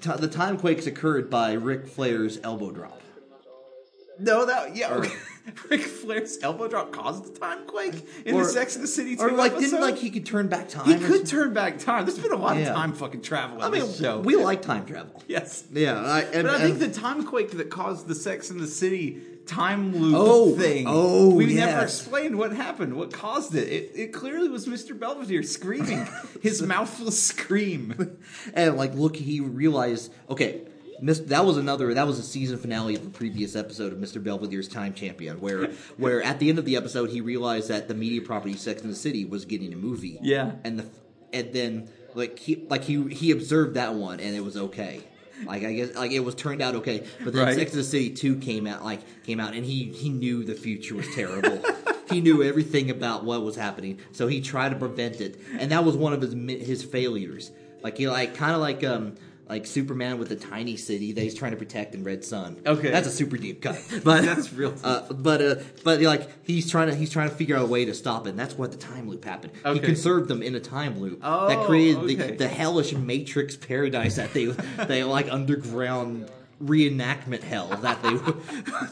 Speaker 2: t- the time quakes occurred by Ric Flair's elbow drop.
Speaker 3: Pretty much all there is to say.
Speaker 1: No, that yeah. [laughs] Ric Flair's elbow drop caused the time quake in
Speaker 2: Or-
Speaker 1: the Sex and the City 2
Speaker 2: Or like,
Speaker 1: episode.
Speaker 2: didn't like he could turn back time?
Speaker 1: he
Speaker 2: or
Speaker 1: could turn back time. There's been a lot
Speaker 2: Yeah.
Speaker 1: of time fucking travel.
Speaker 2: I
Speaker 1: on
Speaker 2: mean,
Speaker 1: this show.
Speaker 2: we like time travel.
Speaker 1: yes,
Speaker 2: Yeah, I, and,
Speaker 1: but I
Speaker 2: and-
Speaker 1: think the time quake that caused the Sex and the City time loop
Speaker 2: Oh,
Speaker 1: thing.
Speaker 2: oh,
Speaker 1: we never
Speaker 2: yes.
Speaker 1: explained what happened, what caused it. It, it clearly was Mr. Belvedere
Speaker 2: [laughs]
Speaker 1: screaming his mouthless scream.
Speaker 2: and like look, he realized okay. Mis- that was another. That was a season finale of the previous episode of Mr. Belvedere's Time Champion, where where at the end of the episode he realized that the media property Sex and the City was getting a movie.
Speaker 1: Yeah.
Speaker 2: and the and then like he like he he observed that one and it was okay. Like I guess like it was turned out okay, but then
Speaker 1: Right.
Speaker 2: Sex and the City two came out like came out and he he knew the future was terrible.
Speaker 1: [laughs]
Speaker 2: he knew everything about what was happening, so he tried to prevent it, and that was one of his mi- his failures. Like he like kind of like um like Superman with the tiny city that he's trying to protect in Red Sun.
Speaker 1: Okay.
Speaker 2: that's a super deep cut, [laughs] but
Speaker 1: That's real deep.
Speaker 2: Uh, but uh, but like he's trying to he's trying to figure out a way to stop it. and That's what the time loop happened. He
Speaker 1: Okay.
Speaker 2: conserved them in a time loop
Speaker 1: Oh,
Speaker 2: that created the,
Speaker 1: okay.
Speaker 2: the hellish matrix paradise
Speaker 1: [laughs]
Speaker 2: that they they like underground reenactment hell that they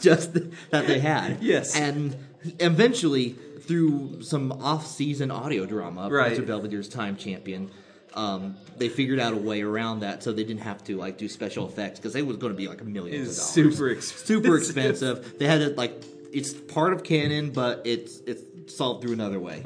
Speaker 2: [laughs] just that they had.
Speaker 1: Yes.
Speaker 2: and eventually through some off-season audio drama,
Speaker 1: Right.
Speaker 2: Mr. Belvedere's time champion. Um, they figured out a way around that, so they didn't have to like do special effects because they was going to be like a million.
Speaker 1: It's
Speaker 2: dollars
Speaker 1: super expensive.
Speaker 2: super expensive. They had it like it's part of canon, but it's it's solved through another way.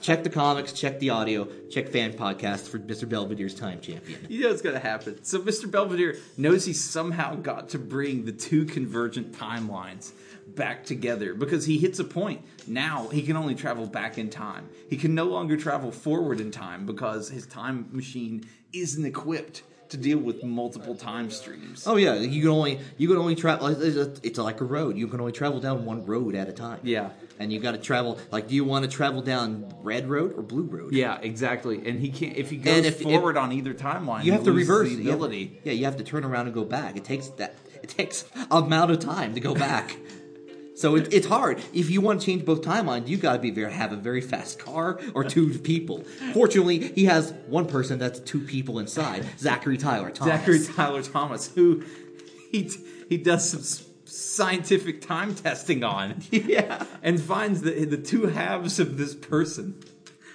Speaker 2: check the comics, check the audio, check fan podcasts for Mr. Belvedere's time champion.
Speaker 1: You know it's gonna happen. So Mr. Belvedere knows he somehow got to bring the two convergent timelines back together because he hits a point. Now he can only travel back in time. He can no longer travel forward in time because his time machine isn't equipped to deal with multiple time streams.
Speaker 2: Oh yeah, you can only you can only travel. It's, a- it's like a road. You can only travel down one road at a time.
Speaker 1: Yeah.
Speaker 2: and you got to travel. Like, do you want to travel down red road or blue road?
Speaker 1: Yeah, exactly. And he can't if he goes
Speaker 2: And if-
Speaker 1: forward on either timeline.
Speaker 2: You
Speaker 1: he
Speaker 2: have to
Speaker 1: loses
Speaker 2: reverse
Speaker 1: the
Speaker 2: you have-
Speaker 1: ability.
Speaker 2: yeah, you have to turn around and go back. It takes that. It takes amount of time to go [laughs] back. so it, it's hard. If you want to change both timelines, you got to be very have a very fast car or two people. Fortunately, he has one person that's two people [laughs] inside. Zachary Tyler Thomas.
Speaker 1: Zachary Tyler Thomas, who he t- he does some s- scientific time testing on,
Speaker 2: [laughs] Yeah.
Speaker 1: and finds the the two halves of this person.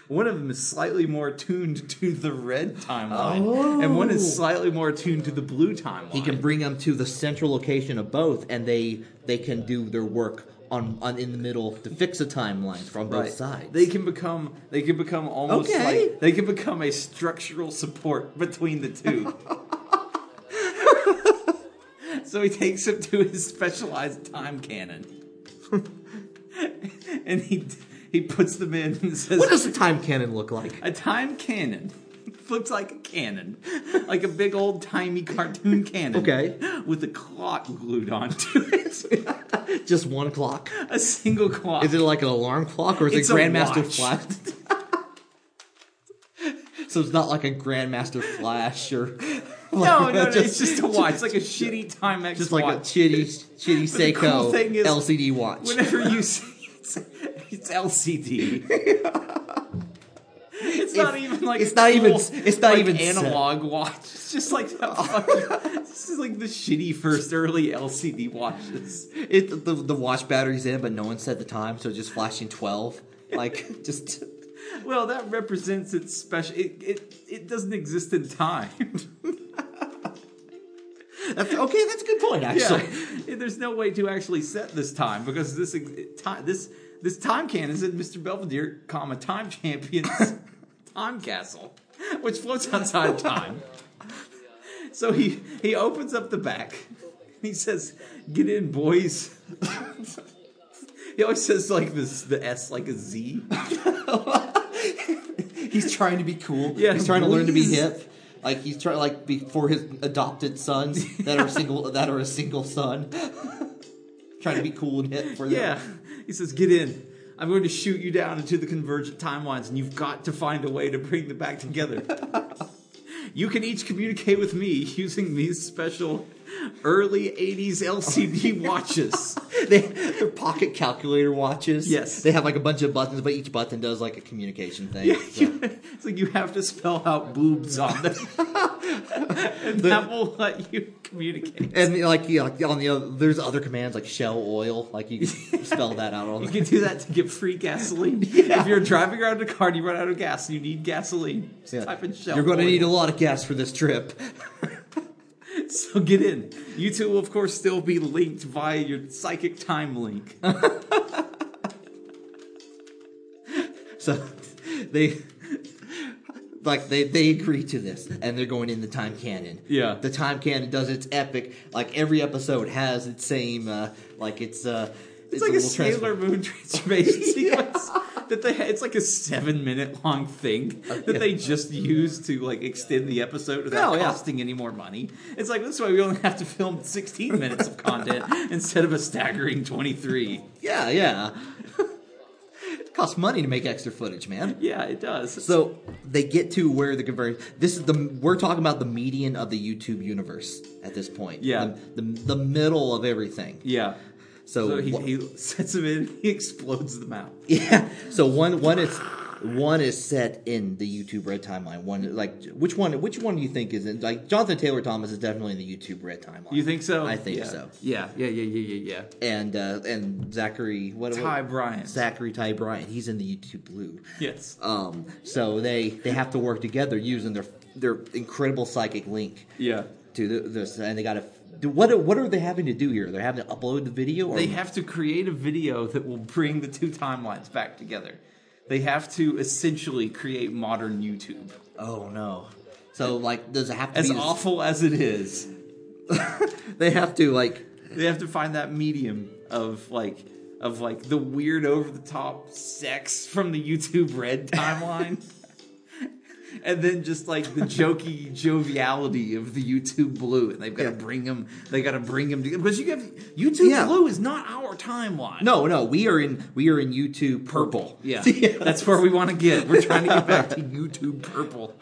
Speaker 1: One of them is slightly more tuned to the red timeline, and one is slightly more tuned to the blue timeline.
Speaker 2: Oh. He can bring them to the central location of both, and they they can do their work on, on in the middle to fix the timelines from both sides.
Speaker 1: They can become they can become almost
Speaker 2: Okay.
Speaker 1: like they can become a structural support between the
Speaker 2: [laughs]
Speaker 1: two. so he takes him to his specialized time
Speaker 2: [laughs]
Speaker 1: cannon. and he he puts them in and says
Speaker 2: what does the time cannon look like? [laughs]
Speaker 1: a time cannon [laughs] looks like a cannon, like a big old timey cartoon cannon.
Speaker 2: Okay.
Speaker 1: with a clock glued onto it, [laughs]
Speaker 2: Just one clock.
Speaker 1: a single clock.
Speaker 2: Is it like an alarm clock or is
Speaker 1: It's
Speaker 2: it
Speaker 1: a
Speaker 2: Grandmaster
Speaker 1: watch.
Speaker 2: Flash? [laughs] so it's not like a Grandmaster Flash or
Speaker 1: No, no, no, it's just a watch. It's like a shitty Timex
Speaker 2: just like a
Speaker 1: watch.
Speaker 2: chitty chitty
Speaker 1: [laughs] the
Speaker 2: Seiko
Speaker 1: cool thing is-
Speaker 2: LCD watch.
Speaker 1: Whenever you see it's, it's LCD. It's not even like
Speaker 2: it's
Speaker 1: a
Speaker 2: not even-
Speaker 1: cool,
Speaker 2: it's not
Speaker 1: like,
Speaker 2: even set.
Speaker 1: analog watch. It's [laughs] just like that fucking, this is like the shitty first early LCD watches.
Speaker 2: It, the, the watch battery's in, but no one said the time, so it's just flashing twelve.
Speaker 1: [laughs]
Speaker 2: Like just
Speaker 1: Well, that represents its special. It it, it doesn't exist in time.
Speaker 2: that's okay. That's a good point,
Speaker 1: Yeah,
Speaker 2: actually.
Speaker 1: [laughs] there's no way to actually set this time because this ex- time this this time can is in Mr. Belvedere, comma time champions [laughs] time castle, which floats outside time. [laughs] So he he opens up the back. He says, "Get in, boys." [laughs] he always says like this the S like a Z.
Speaker 2: [laughs] He's trying to be cool.
Speaker 1: Yeah,
Speaker 2: he's trying to learn to be
Speaker 1: please.
Speaker 2: hip. Like he's trying like be, for his adopted sons
Speaker 1: [laughs]
Speaker 2: that are single that are a single son. [laughs] trying to be cool and hip for them.
Speaker 1: Yeah. He says, Get in. I'm going to shoot you down into the convergent timelines, and you've got to find a way to bring them back together. you can each communicate with me using these special early 80s LCD [laughs] watches.
Speaker 2: [laughs] They they're pocket calculator watches.
Speaker 1: Yes.
Speaker 2: They have like a bunch of buttons, but each
Speaker 1: [laughs]
Speaker 2: button does like a communication thing.
Speaker 1: it's like you have to spell out boobs on them. [laughs] and that will let you communicate.
Speaker 2: And like, yeah, like on the other, there's other commands like shell oil. Like you
Speaker 1: [laughs]
Speaker 2: can spell that out on.
Speaker 1: You can do that to get free gasoline. If you're driving around in a car and you run out of gas, you need gasoline. Just
Speaker 2: Yeah.
Speaker 1: type in Shell.
Speaker 2: You're going to
Speaker 1: oil.
Speaker 2: need a lot of gas for this trip.
Speaker 1: [laughs] So get in. You two will, of course, still be linked via your psychic time link.
Speaker 2: So [laughs] they like they they agree to this and they're going in the time canon.
Speaker 1: Yeah.
Speaker 2: The time canon does its epic like every episode has its same uh like it's uh
Speaker 1: It's like a
Speaker 2: little transfer-
Speaker 1: Sailor Moon [laughs] transformation
Speaker 2: [laughs]
Speaker 1: sequence that they had. It's like a seven minute long thing
Speaker 2: Uh,
Speaker 1: that they just used to like extend the episode without
Speaker 2: Oh, yeah.
Speaker 1: costing any more money. It's like this way we only have to film 16 minutes of
Speaker 2: [laughs]
Speaker 1: content instead of a staggering 23.
Speaker 2: Yeah, yeah. it costs money to make extra footage, man.
Speaker 1: Yeah, it does.
Speaker 2: So they get to where the conversion. This is the we're talking about the median of the YouTube universe at this point.
Speaker 1: Yeah.
Speaker 2: the the, the middle of everything.
Speaker 1: yeah.
Speaker 2: So,
Speaker 1: So he,
Speaker 2: wha-
Speaker 1: he sets him in. He explodes them out.
Speaker 2: [laughs] Yeah. So one one is one is set in the YouTube Red timeline. One like which one which one do you think is in like Jonathan Taylor Thomas is definitely in the YouTube Red timeline.
Speaker 1: You think so?
Speaker 2: I think
Speaker 1: Yeah.
Speaker 2: so.
Speaker 1: Yeah. Yeah. Yeah. Yeah. Yeah. Yeah.
Speaker 2: And uh and Zachary what
Speaker 1: Ty
Speaker 2: what-
Speaker 1: Bryant.
Speaker 2: Zachary Ty Bryant, he's in the YouTube Blue.
Speaker 1: Yes.
Speaker 2: Um so they they have to work together using their their incredible psychic link
Speaker 1: Yeah.
Speaker 2: to the, this and they got to what what are they having to do here? They're having to upload the video or
Speaker 1: They have to create a video that will bring the two timelines back together. They have to essentially create modern YouTube.
Speaker 2: Oh no. So like does it have to
Speaker 1: As
Speaker 2: be this-
Speaker 1: awful as it is,
Speaker 2: they have to like
Speaker 1: they have to find that medium of like of like the weird over the top sex from the YouTube
Speaker 2: [laughs]
Speaker 1: red timeline. And then just like the jokey joviality of the YouTube Blue, and they've got to
Speaker 2: Yeah.
Speaker 1: bring them. They got to bring them together because you have YouTube
Speaker 2: Yeah.
Speaker 1: Blue is not our timeline.
Speaker 2: No, no, we are in we are in YouTube purple.
Speaker 1: [laughs] Yeah,
Speaker 2: [laughs]
Speaker 1: that's where we want to get. We're trying to get back to [laughs] YouTube Purple.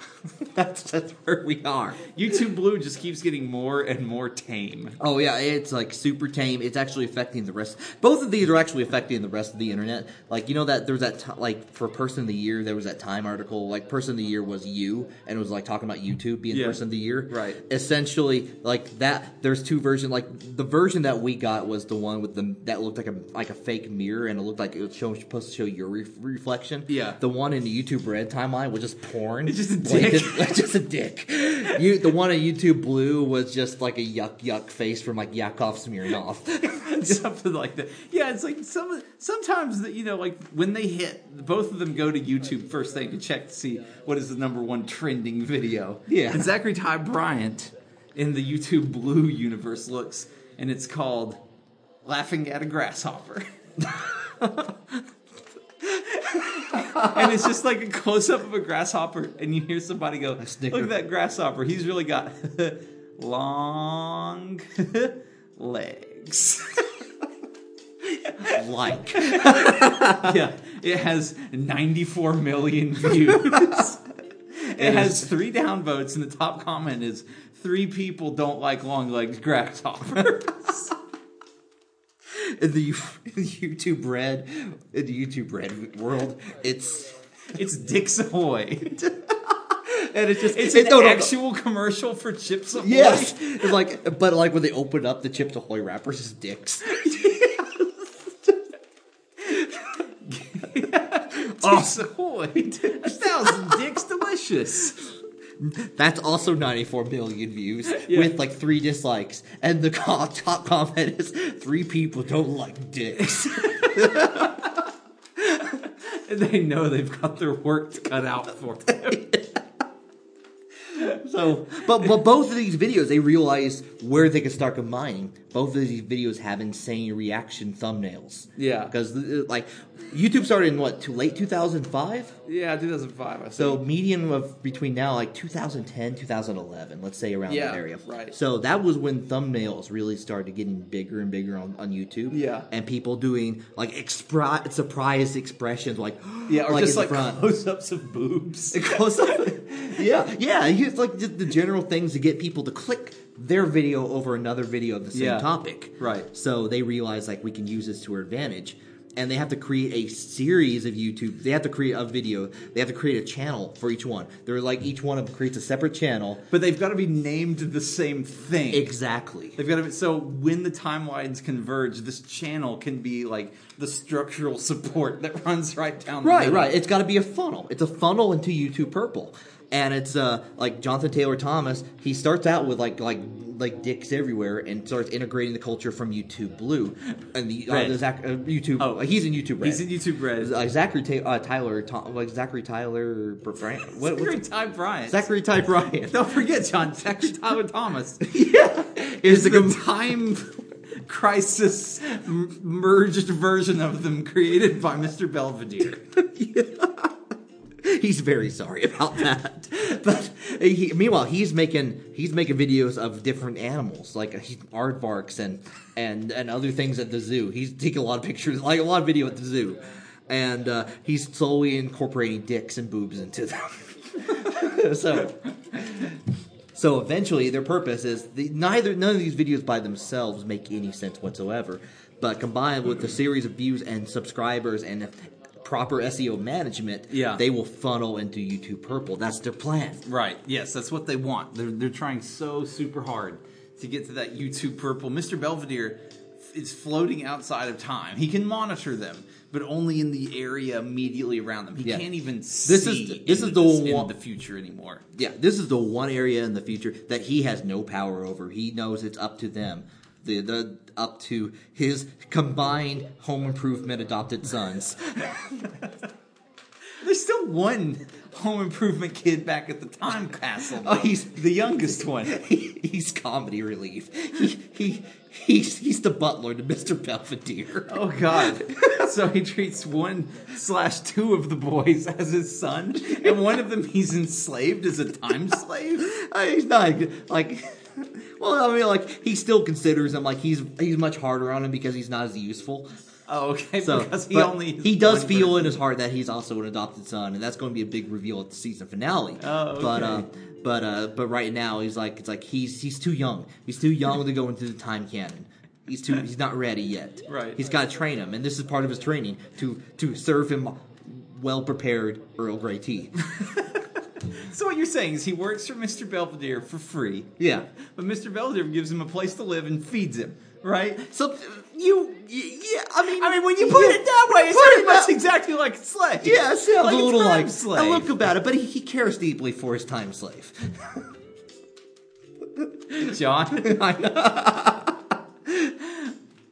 Speaker 2: that's that's where we are.
Speaker 1: YouTube Blue just keeps getting more and more tame.
Speaker 2: Oh yeah, it's like super tame. It's actually affecting the rest. Both of these are actually affecting the rest of the internet. Like you know that there's that ti like for person of the year there was that Time article like person of the year was you and it was like talking about YouTube being
Speaker 1: Yeah.
Speaker 2: person of the year.
Speaker 1: Right.
Speaker 2: Essentially like that. There's two versions. Like the version that we got was the one with the that looked like a like a fake mirror and it looked like it was show, supposed to show your re- reflection.
Speaker 1: Yeah.
Speaker 2: The one in the YouTube Red timeline was just porn.
Speaker 1: It's just a
Speaker 2: Blatant-
Speaker 1: dick.
Speaker 2: it's just a dick. You, the one on YouTube Blue was just like a yuck yuck face from like Yakov Smirnoff.
Speaker 1: [laughs] Something like that. Yeah, it's like some sometimes that you know, like when they hit, both of them go to YouTube first thing to check to see what is the number one trending video.
Speaker 2: Yeah.
Speaker 1: and Zachary Ty Bryant in the YouTube Blue universe looks, and it's called "Laughing at a Grasshopper." [laughs] and it's just like a close up of a grasshopper, and you hear somebody go,
Speaker 2: snicker.
Speaker 1: "Look at that grasshopper! He's really got [laughs] long [laughs] legs." [laughs]
Speaker 2: like
Speaker 1: yeah, it has 94 million
Speaker 2: [laughs]
Speaker 1: views. it has three downvotes, and the top comment is three people don't like long legged grasshoppers. [laughs]
Speaker 2: in the, YouTube Red, in the YouTube Red world, it's
Speaker 1: it's Dick's Ahoy.
Speaker 2: and it's just
Speaker 1: It's
Speaker 2: it-
Speaker 1: an
Speaker 2: no, no, no.
Speaker 1: actual commercial for Chips Ahoy.
Speaker 2: Yes, It's like but like when they open up the Chips Ahoy wrappers, it's dicks. Oh.
Speaker 1: Dick's Ahoy. A thousand [laughs] dicks delicious.
Speaker 2: That's also 94 million views
Speaker 1: Yeah.
Speaker 2: with like three dislikes, and the co- top comment is three people don't like dicks.
Speaker 1: And they know they've got their work cut out for them.
Speaker 2: [laughs] So, but but both of these videos, they realize where they can start combining. Both of these videos have insane reaction thumbnails.
Speaker 1: Yeah.
Speaker 2: because uh, like YouTube started in what too late 2005.
Speaker 1: Yeah, 2005, I think.
Speaker 2: So median of between now like 2010, 2011, let's say around
Speaker 1: Yeah,
Speaker 2: that area.
Speaker 1: right.
Speaker 2: So that was when thumbnails really started getting bigger and bigger on, on YouTube.
Speaker 1: Yeah.
Speaker 2: And people doing like expri- surprised expressions like [gasps]
Speaker 1: yeah, or just
Speaker 2: in the
Speaker 1: like
Speaker 2: front.
Speaker 1: close ups of [laughs] boobs.
Speaker 2: [laughs] Close up. yeah, yeah. It's like just the general things to get people to click their video over another video of the same
Speaker 1: Yeah.
Speaker 2: topic.
Speaker 1: Right.
Speaker 2: So they realize like we can use this to our advantage. and they have to create a series of YouTube. They have to create a video. They have to create a channel for each one. They're like each one of them creates a separate channel.
Speaker 1: But they've got to be named the same thing.
Speaker 2: Exactly.
Speaker 1: They've got to be, so when the timelines converge, this channel can be like the structural support that runs right down. the
Speaker 2: Right,
Speaker 1: middle.
Speaker 2: right. It's got to be a funnel. It's a funnel into YouTube Purple, and it's uh like Jonathan Taylor Thomas. He starts out with like like like dicks everywhere and starts integrating the culture from YouTube Blue and the uh,
Speaker 1: Red.
Speaker 2: the Zach, uh, YouTube.
Speaker 1: Oh.
Speaker 2: uh, he's in YouTube Red.
Speaker 1: He's in YouTube Red.
Speaker 2: Uh, Zachary Ta- uh, Tyler, Tom, like Zachary Tyler, Br- Brian, what,
Speaker 1: Zachary
Speaker 2: what's,
Speaker 1: Ty Bryant.
Speaker 2: Zachary Ty Bryan.
Speaker 1: Don't forget, John. Zachary Tyler Thomas
Speaker 2: [laughs] yeah,
Speaker 1: [laughs] is
Speaker 2: is
Speaker 1: the
Speaker 2: the com-
Speaker 1: time crisis m- merged version of them created by Mr. Belvedere.
Speaker 2: [laughs] he's very sorry about that. [laughs] But he, meanwhile, he's making he's making videos of different animals, like uh, he- aardvarks and and and other things at the zoo. He's taking a lot of pictures, like a lot of video at the zoo, and uh, he's slowly incorporating dicks and boobs into them. [laughs] so. So eventually, their purpose is the, neither none of these videos by themselves make any sense whatsoever, but combined with the series of views and subscribers and proper SEO management,
Speaker 1: Yeah.
Speaker 2: they will funnel into YouTube Purple. That's their plan.
Speaker 1: Right. Yes, that's what they want. They're they're trying so super hard to get to that YouTube purple. Mr. Belvedere f- is floating outside of time. He can monitor them, but only in the area immediately around them. He
Speaker 2: Yeah.
Speaker 1: can't even see
Speaker 2: is the- this
Speaker 1: into
Speaker 2: is the
Speaker 1: this- into
Speaker 2: one-
Speaker 1: the future anymore.
Speaker 2: Yeah, this is the one area in the future that he has no power over. He knows it's up to them. The, the up to his combined home improvement adopted sons.
Speaker 1: There's still one home improvement kid back at the time castle.
Speaker 2: [laughs] Oh, he's-
Speaker 1: the youngest one.
Speaker 2: [laughs] He- he's comedy relief. He, he he's he's the butler to Mr. Belvedere.
Speaker 1: Oh God! [laughs] so he treats one slash two of the boys as his son, and one of them he's enslaved as a time slave.
Speaker 2: Uh, he's not like. [laughs] Well, I mean, like he still considers him like he's he's much harder on him because he's not as useful.
Speaker 1: Oh, okay. [laughs]
Speaker 2: So
Speaker 1: because he
Speaker 2: but
Speaker 1: only
Speaker 2: he does
Speaker 1: one
Speaker 2: feel
Speaker 1: person.
Speaker 2: in his heart that he's also an adopted son, and that's going to be a big reveal at the season finale.
Speaker 1: Oh,
Speaker 2: But uh,
Speaker 1: okay.
Speaker 2: but uh, but right now he's like it's like he's he's too young. He's too young to go into the time canon. He's too he's not ready yet.
Speaker 1: [laughs] Right.
Speaker 2: He's got to train him, and this is part of his training to to serve him well prepared Earl Grey
Speaker 1: [laughs]
Speaker 2: tea.
Speaker 1: So what you're saying is he works for Mr. Belvedere for free,
Speaker 2: yeah.
Speaker 1: but Mr. Belvedere gives him a place to live and feeds him, right?
Speaker 2: So you, yeah, I mean,
Speaker 1: I mean, when you put it that way, it's
Speaker 2: Put
Speaker 1: pretty
Speaker 2: it
Speaker 1: much
Speaker 2: that-
Speaker 1: exactly like a slave.
Speaker 2: [laughs] yeah, it sounds
Speaker 1: like
Speaker 2: a little
Speaker 1: time
Speaker 2: like
Speaker 1: slave.
Speaker 2: I look about it, but he, he cares deeply for his time slave.
Speaker 1: [laughs]
Speaker 2: [laughs]
Speaker 1: John.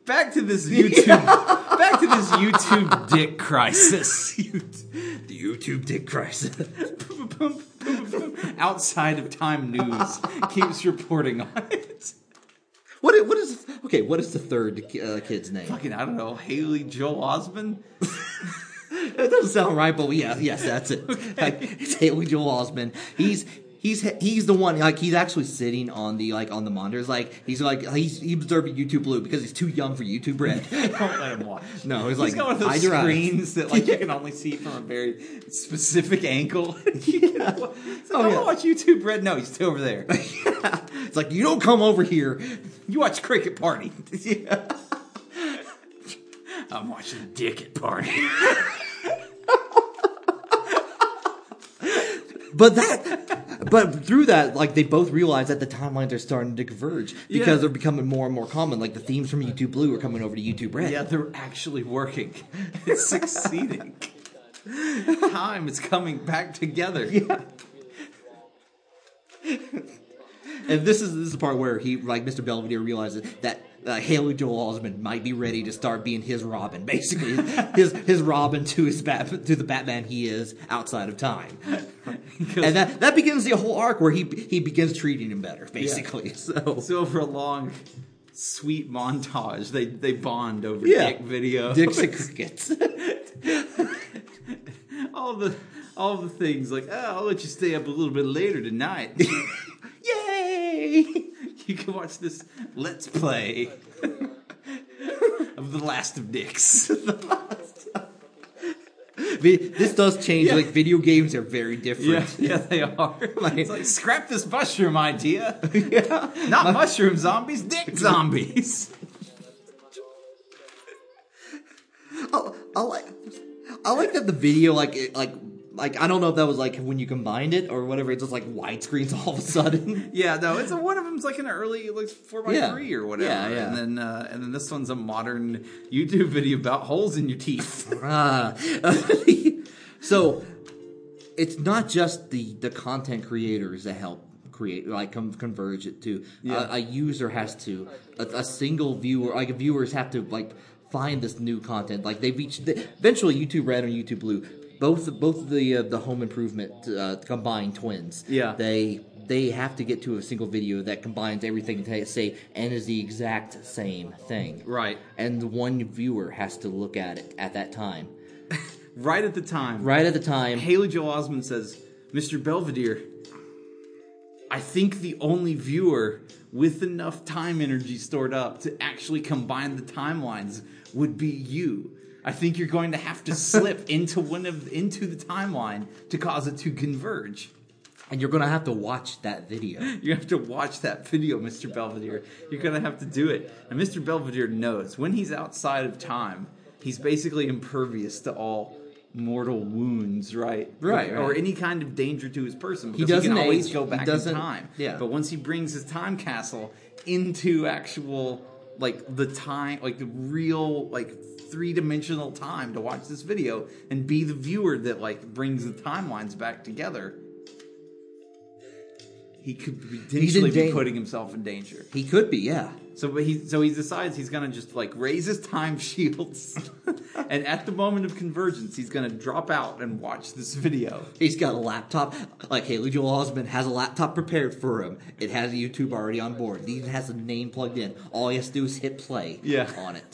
Speaker 1: back to this YouTube. Back to this YouTube dick
Speaker 2: [laughs]
Speaker 1: crisis.
Speaker 2: the YouTube dick [laughs] crisis.
Speaker 1: Outside of Time [laughs] News keeps reporting on it.
Speaker 2: what? i- What is? Okay, what is the third uh, kid's name?
Speaker 1: Fucking I don't know. Haley Joel Osmond.
Speaker 2: That doesn't sound right, but yeah, yes, that's it. [laughs] Like, it's Haley Joel Osment. He's he's he's the one. Like he's actually sitting on the like on the monitors. Like he's like he's he observing YouTube Blue because he's too young for YouTube Red.
Speaker 1: Don't let him [laughs] watch.
Speaker 2: [laughs] No, he's
Speaker 1: he's
Speaker 2: like,
Speaker 1: got one of those
Speaker 2: "Hide your eyes."
Speaker 1: screens that like you can only see from a very specific angle. [laughs] You can- so
Speaker 2: Oh,
Speaker 1: don't
Speaker 2: yeah.
Speaker 1: watch YouTube Red. No, he's still over [laughs] there.
Speaker 2: it's like you don't come over here.
Speaker 1: You watch Cricket Party. [laughs] I'm watching Dick at Party.
Speaker 2: But that, but through that, like they both realize that the timelines are starting to converge because
Speaker 1: Yeah.
Speaker 2: they're becoming more and more common. Like the themes from YouTube Blue are coming over to YouTube Red.
Speaker 1: [laughs] Yeah, they're actually working. [laughs] It's succeeding. Time is coming back together.
Speaker 2: And this is this is the part where he, like Mr. Belvedere, realizes that uh, Haley Joel Osment might be ready to start being his Robin, basically
Speaker 1: [laughs]
Speaker 2: his his Robin to his Bat, to the Batman he is outside
Speaker 1: [laughs]
Speaker 2: of time. And that that begins the whole arc where he he begins treating him better, basically. [laughs]
Speaker 1: [laughs]
Speaker 2: So.
Speaker 1: So over a long, sweet montage, they they bond over
Speaker 2: Yeah.
Speaker 1: Dick video.
Speaker 2: Dicks and crickets. [laughs]
Speaker 1: all the all the things like, oh, I'll let you stay up a little bit later tonight. [laughs]
Speaker 2: Yay!
Speaker 1: you can watch this let's play [laughs] of the last of dicks. [laughs]
Speaker 2: Vi- This does change.
Speaker 1: Yeah.
Speaker 2: Like video games are very different.
Speaker 1: yeah, they are. it's [laughs] like scrap this mushroom [laughs] idea. Not mushroom [laughs] zombies, dick zombies.
Speaker 2: I, I like I like that the video like it, like like I don't know if that was like when you combined it or whatever. It's just like widescreens all of a sudden.
Speaker 1: Yeah, no, it's a, one of them's like an early like four by
Speaker 2: Yeah.
Speaker 1: three or whatever,
Speaker 2: Yeah, yeah.
Speaker 1: and then uh, and then this one's a modern YouTube video about holes in your teeth. [laughs]
Speaker 2: Ah. [laughs] so it's not just the the content creators that help create like com- converge it to
Speaker 1: Yeah.
Speaker 2: a, a user has to a, a single viewer like viewers have to like find this new content like they've each they, eventually YouTube Red and YouTube Blue both both the uh, the home improvement uh, combined twins
Speaker 1: Yeah.
Speaker 2: they they have to get to a single video that combines everything they say and is the exact same thing
Speaker 1: right,
Speaker 2: and one viewer has to look at it at that time.
Speaker 1: right at the time.
Speaker 2: Right at the time,
Speaker 1: Haley Joel Osment says, "Mr. Belvedere, I think the only viewer with enough time energy stored up to actually combine the timelines would be you." I think you're going to have to slip into one of into the timeline to cause it to converge.
Speaker 2: and you're gonna have to watch that video.
Speaker 1: [laughs] You have to watch that video, Mr. Belvedere. You're gonna have to do it. And Mr. Belvedere knows when he's outside of time, he's basically impervious to all mortal wounds, right?
Speaker 2: Right,
Speaker 1: Or
Speaker 2: right.
Speaker 1: any kind of danger to his person because he,
Speaker 2: doesn't
Speaker 1: can always
Speaker 2: age.
Speaker 1: go
Speaker 2: He
Speaker 1: back in
Speaker 2: doesn't-
Speaker 1: time.
Speaker 2: yeah.
Speaker 1: But once he brings his time castle into actual like the time like the real like three-dimensional time to watch this video and be the viewer that like brings the timelines back together he could potentially be
Speaker 2: dan-
Speaker 1: putting himself in danger.
Speaker 2: [gasps] He could be, yeah.
Speaker 1: So, but he so he decides he's gonna just like raise his time [laughs] shields, and at the moment of convergence, he's gonna drop out and watch this video. [laughs]
Speaker 2: He's got a laptop. Like Haley Joel Osment has a laptop prepared for him. It has YouTube already on board. He has a name plugged in. All he has to do is hit play
Speaker 1: Yeah.
Speaker 2: on it.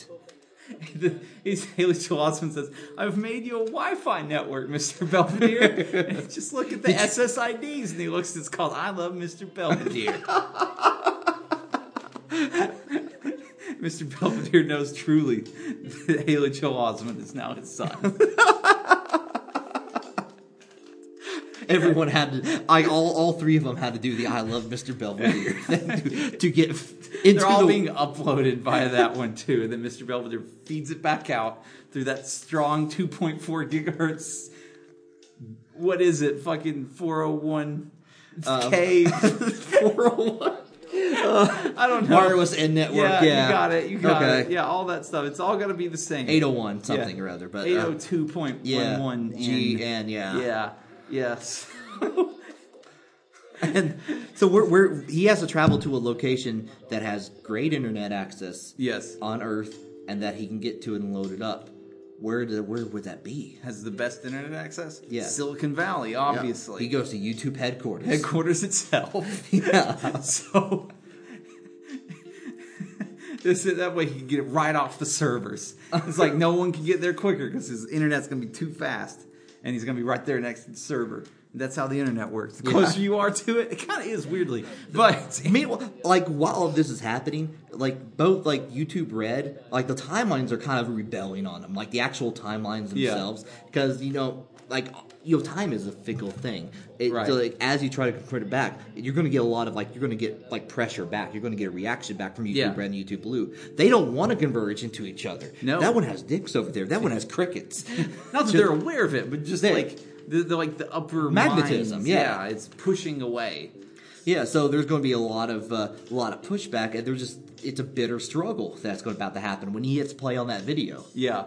Speaker 1: He's Haley Joel Osment says, "I've made you a Wi-Fi network, Mister Belvedere. And just look at the SSIDs." And he looks. It's called "I Love Mister Belvedere." [laughs] Mr. Belvedere knows truly that Haley Joel Osment is now his son.
Speaker 2: Everyone had to. I all all three of them had to do the "I love Mr. [laughs] Belvedere" thing to, to get f- into
Speaker 1: They're all
Speaker 2: the
Speaker 1: being uploaded by that one too, and then Mr. Belvedere feeds it back out through that strong 2.4 gigahertz. What is it? Fucking 401 K 401. I don't know.
Speaker 2: wireless and network.
Speaker 1: yeah,
Speaker 2: Yeah,
Speaker 1: you got it. You got it. Yeah, all that stuff. It's all gonna be the same.
Speaker 2: eight hundred one something or other, but.
Speaker 1: eight
Speaker 2: uh,
Speaker 1: hundred two point one
Speaker 2: yeah,
Speaker 1: one
Speaker 2: G uh, N, yeah.
Speaker 1: Yeah. Yes. [laughs]
Speaker 2: and so we're, we're he has to travel to a location that has great internet access
Speaker 1: Yes.
Speaker 2: on Earth, and that he can get to and load it up. Where do, where would that be?
Speaker 1: Has the best internet access.
Speaker 2: Yeah.
Speaker 1: Silicon Valley,
Speaker 2: Yeah.
Speaker 1: obviously.
Speaker 2: he goes to YouTube headquarters.
Speaker 1: headquarters itself.
Speaker 2: [laughs] Yeah.
Speaker 1: [laughs] so this is, that way he can get it right off the servers. It's like no one can get there quicker because his internet's gonna be too fast, and he's gonna be right there next to the server. That's how the internet works. The
Speaker 2: Yeah.
Speaker 1: closer you are to it, it kind of is weirdly, but
Speaker 2: Meanwhile, like while all this is happening, like both like YouTube Red, like the timelines are kind of rebelling on them, like the actual timelines
Speaker 1: Yeah.
Speaker 2: themselves, because you know, like you know, time is a fickle thing. It,
Speaker 1: Right.
Speaker 2: so, like, as you try to convert it back, you're going to get a lot of like you're going to get like pressure back. You're going to get a reaction back from YouTube
Speaker 1: Yeah.
Speaker 2: Red and YouTube Blue. They don't want to converge into each other.
Speaker 1: No.
Speaker 2: that one has dicks over there. That one has
Speaker 1: [laughs]
Speaker 2: crickets.
Speaker 1: [laughs] not that they're aware of it, but just
Speaker 2: They-
Speaker 1: like the, the like the upper
Speaker 2: Magnetism,
Speaker 1: minds,
Speaker 2: yeah.
Speaker 1: it's pushing away.
Speaker 2: Yeah, so there's going to be a lot of uh, a lot of pushback, and there's just it's a bitter struggle that's going about to happen when he hits play on that video.
Speaker 1: Yeah,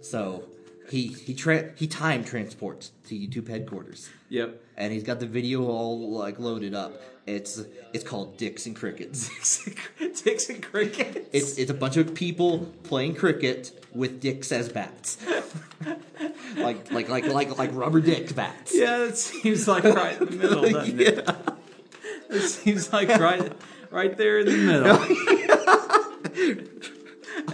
Speaker 2: So he he tra- he time transports to YouTube headquarters,
Speaker 1: [laughs] yep.
Speaker 2: and he's got the video all like loaded up. It's it's called Dicks and Crickets.
Speaker 1: Dicks and crickets.
Speaker 2: It's it's a bunch of people playing cricket with dicks as bats, [laughs] like like like like like rubber dick bats.
Speaker 1: Yeah, that seems like right in the middle, doesn't it? It seems like right, right there in the middle.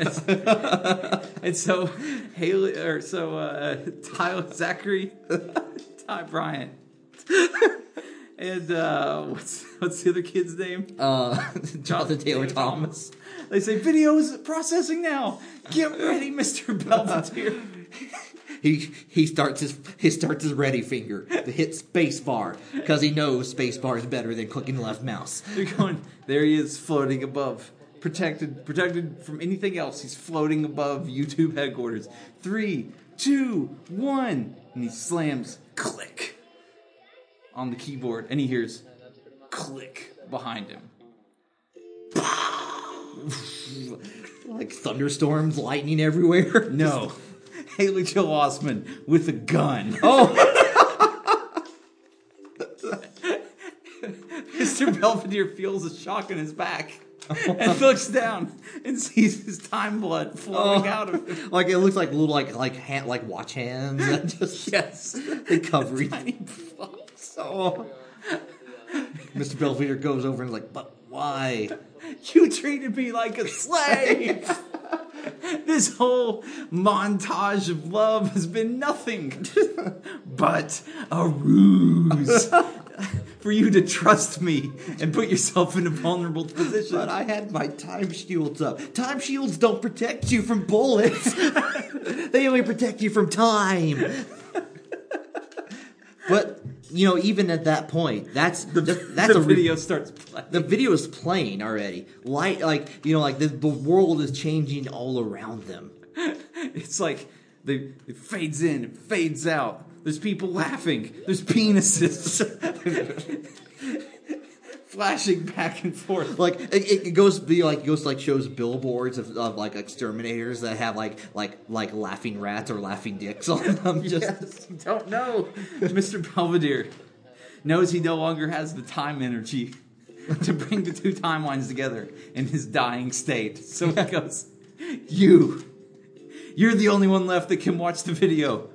Speaker 1: It's- and so Haley, or so uh, Tyler Zachary, Ty Bryant, and uh, what's what's the other kid's name?
Speaker 2: Uh, [laughs] Jonathan Taylor Thomas.
Speaker 1: They say video is processing now. Get ready, Mister Belvedere.
Speaker 2: He he starts his he starts his ready finger to hit space bar
Speaker 1: [laughs]
Speaker 2: because he knows space bar is better than clicking left mouse.
Speaker 1: They're going. There he is, floating above. protected protected from anything else. He's floating above YouTube headquarters. Three, two, one, and he slams click on the keyboard, and he hears click behind him.
Speaker 2: Like thunderstorms, lightning everywhere.
Speaker 1: No, [laughs] Haley Joel Osment with a gun. [laughs]
Speaker 2: Oh,
Speaker 1: Mr. Belvedere feels a shock in his back and looks down and sees his time blood flowing out of him.
Speaker 2: [laughs] like it looks like little like like hand, like watch hands
Speaker 1: [laughs]
Speaker 2: that just
Speaker 1: Yes.
Speaker 2: they cover each.
Speaker 1: Tiny blobs.
Speaker 2: Oh. Mr. Belvedere goes over and is like, but why?
Speaker 1: You treated me like a slave. this whole montage of love has been nothing but a ruse for you to trust me and put yourself in a vulnerable position.
Speaker 2: But I had my time shields up. Time shields don't protect you from bullets. [laughs] they only protect you from time. but you know, even at that point,
Speaker 1: [laughs]
Speaker 2: that's that's
Speaker 1: the
Speaker 2: a re-
Speaker 1: video starts playing.
Speaker 2: the video is playing already. Light, like you know, like the, the world is changing all around them.
Speaker 1: It's like they, it fades in, it fades out. There's people laughing. There's penises [laughs] flashing back and forth.
Speaker 2: Like it- it, it goes, be like goes like shows billboards of, of like exterminators that have like like like laughing rats or laughing dicks [laughs] on them. Just
Speaker 1: Yes, don't know. Mr. Belvedere knows he no longer has the time energy to bring the two timelines together in his dying state. So he goes, You, you're the only one left that can watch the video.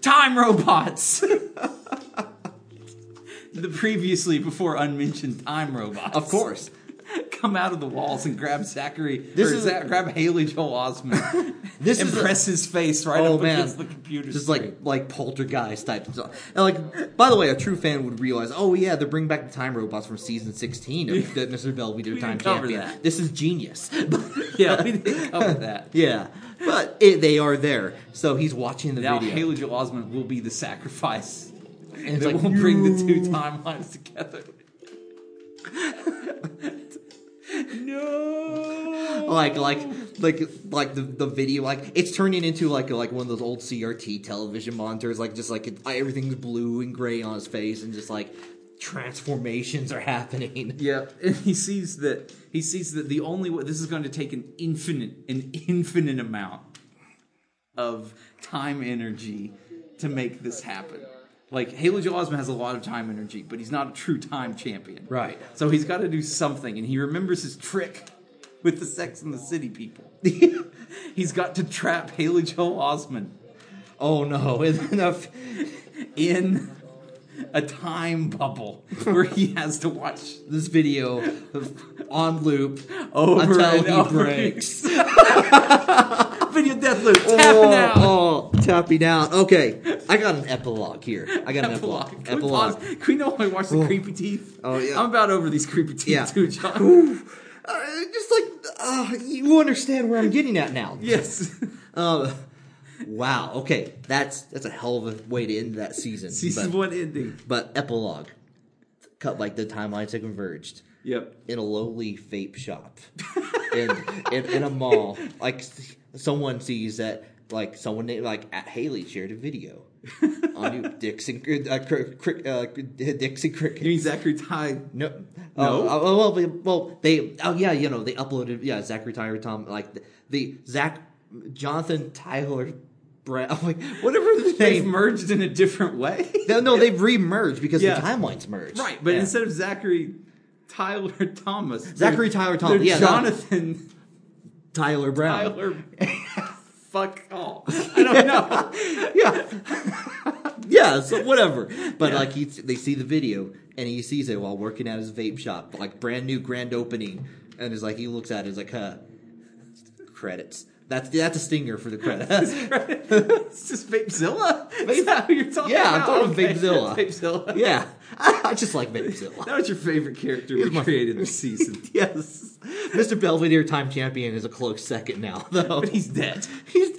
Speaker 1: Time robots! the previously before unmentioned time robots.
Speaker 2: of course.
Speaker 1: Come out of the walls and grab Zachary.
Speaker 2: This
Speaker 1: This is
Speaker 2: is-
Speaker 1: that, grab Haley Joel Osment.
Speaker 2: [laughs] This
Speaker 1: and
Speaker 2: is a-
Speaker 1: press his face right
Speaker 2: Oh
Speaker 1: up
Speaker 2: man,
Speaker 1: against the computer.
Speaker 2: just
Speaker 1: screen.
Speaker 2: like like poltergeist type stuff. And like, by the way, a true fan would realize, oh yeah, they're bringing back the time robots from season
Speaker 1: [laughs]
Speaker 2: sixteen of the Mr. Belvedere
Speaker 1: We
Speaker 2: Time
Speaker 1: didn't cover
Speaker 2: Champion.
Speaker 1: that.
Speaker 2: This is genius. [laughs]
Speaker 1: yeah, we didn't cover that.
Speaker 2: yeah, but it, they are there, so he's watching the
Speaker 1: Now
Speaker 2: video.
Speaker 1: Haley Joel Osment will be the sacrifice
Speaker 2: and
Speaker 1: that
Speaker 2: it's like,
Speaker 1: will bring the two
Speaker 2: "No."
Speaker 1: timelines together. [laughs] no.
Speaker 2: Like like like like the, the video like it's turning into like like one of those old CRT television monitors like just like it, everything's blue and gray on his face and just like transformations are happening. [laughs]
Speaker 1: Yeah, [laughs] and he sees that he sees that the only way this is going to take an infinite an infinite amount of time energy to make this happen. Like Haley Joel Osment has a lot of time energy, but he's not a true time champion.
Speaker 2: Right.
Speaker 1: So he's got to do something, and he remembers his trick with the Sex and the City people. he's got to trap Haley Joel Osment
Speaker 2: Oh no! [laughs] Isn't enough.
Speaker 1: in a time bubble where he has to watch
Speaker 2: this video on loop
Speaker 1: over
Speaker 2: until
Speaker 1: and
Speaker 2: he
Speaker 1: over.
Speaker 2: breaks.
Speaker 1: Video death loop [laughs] tapping out. [laughs]
Speaker 2: Oh, oh, tapping out. Okay, I got an epilogue here. I got an
Speaker 1: Epilogue.
Speaker 2: epilogue.
Speaker 1: Can,
Speaker 2: Epilogue.
Speaker 1: We pause? Can we know I watch the
Speaker 2: Oh.
Speaker 1: creepy teeth?
Speaker 2: Oh, yeah.
Speaker 1: I'm about over these creepy teeth
Speaker 2: Yeah.
Speaker 1: too, John.
Speaker 2: Oof. Uh, just like uh, you understand where I'm getting at now.
Speaker 1: [laughs] yes. [laughs]
Speaker 2: Um, wow. Okay, that's that's a hell of a way to end that season.
Speaker 1: Season
Speaker 2: but,
Speaker 1: one ending.
Speaker 2: but epilogue. Cut like the timelines have converged.
Speaker 1: Yep.
Speaker 2: in a lowly
Speaker 1: [laughs]
Speaker 2: vape shop in, in in a mall. Like s- someone sees that, like someone named- like at Haley shared
Speaker 1: [laughs]
Speaker 2: a video on you, Dixon uh, Cr- Cr- uh, Dixon
Speaker 1: You
Speaker 2: Cricket.
Speaker 1: mean Zachary Ty? [laughs]
Speaker 2: No,
Speaker 1: No?
Speaker 2: Uh, well, well, well, they. Oh yeah, you know they uploaded. Yeah, Zachary Tyler Tom like the, the Zach Jonathan Tyler. Brad, I'm [laughs] like whatever the
Speaker 1: They've
Speaker 2: name.
Speaker 1: merged in a different
Speaker 2: [laughs]
Speaker 1: way.
Speaker 2: No, no, they've re-merged because
Speaker 1: Yeah.
Speaker 2: the timelines merged.
Speaker 1: right, but
Speaker 2: Yeah.
Speaker 1: instead of Zachary Tyler Thomas, they're-
Speaker 2: Zachary Tyler Thomas,
Speaker 1: they're
Speaker 2: yeah, that-
Speaker 1: Jonathan
Speaker 2: Tyler Brown.
Speaker 1: Tyler. Fuck all. I don't know.
Speaker 2: [laughs] yeah, [laughs] yeah. So whatever. But
Speaker 1: Yeah.
Speaker 2: like he, they see the video and he sees it while working at his vape shop, like brand new grand opening, and is like he looks at it, he's like, huh, credits. That's that's a stinger for the credits.
Speaker 1: [laughs] it's just Vapezilla. Is that who you're talking
Speaker 2: Yeah, I'm
Speaker 1: about?
Speaker 2: talking
Speaker 1: Okay.
Speaker 2: Vapezilla.
Speaker 1: Vapezilla.
Speaker 2: yeah, [laughs] I just
Speaker 1: [laughs]
Speaker 2: like Vapezilla.
Speaker 1: That was your favorite character we
Speaker 2: was my-
Speaker 1: created this season.
Speaker 2: Yes, Mr. Belvedere, time champion, is a close second now, [laughs] though.
Speaker 1: But he's dead.
Speaker 2: [laughs] He's,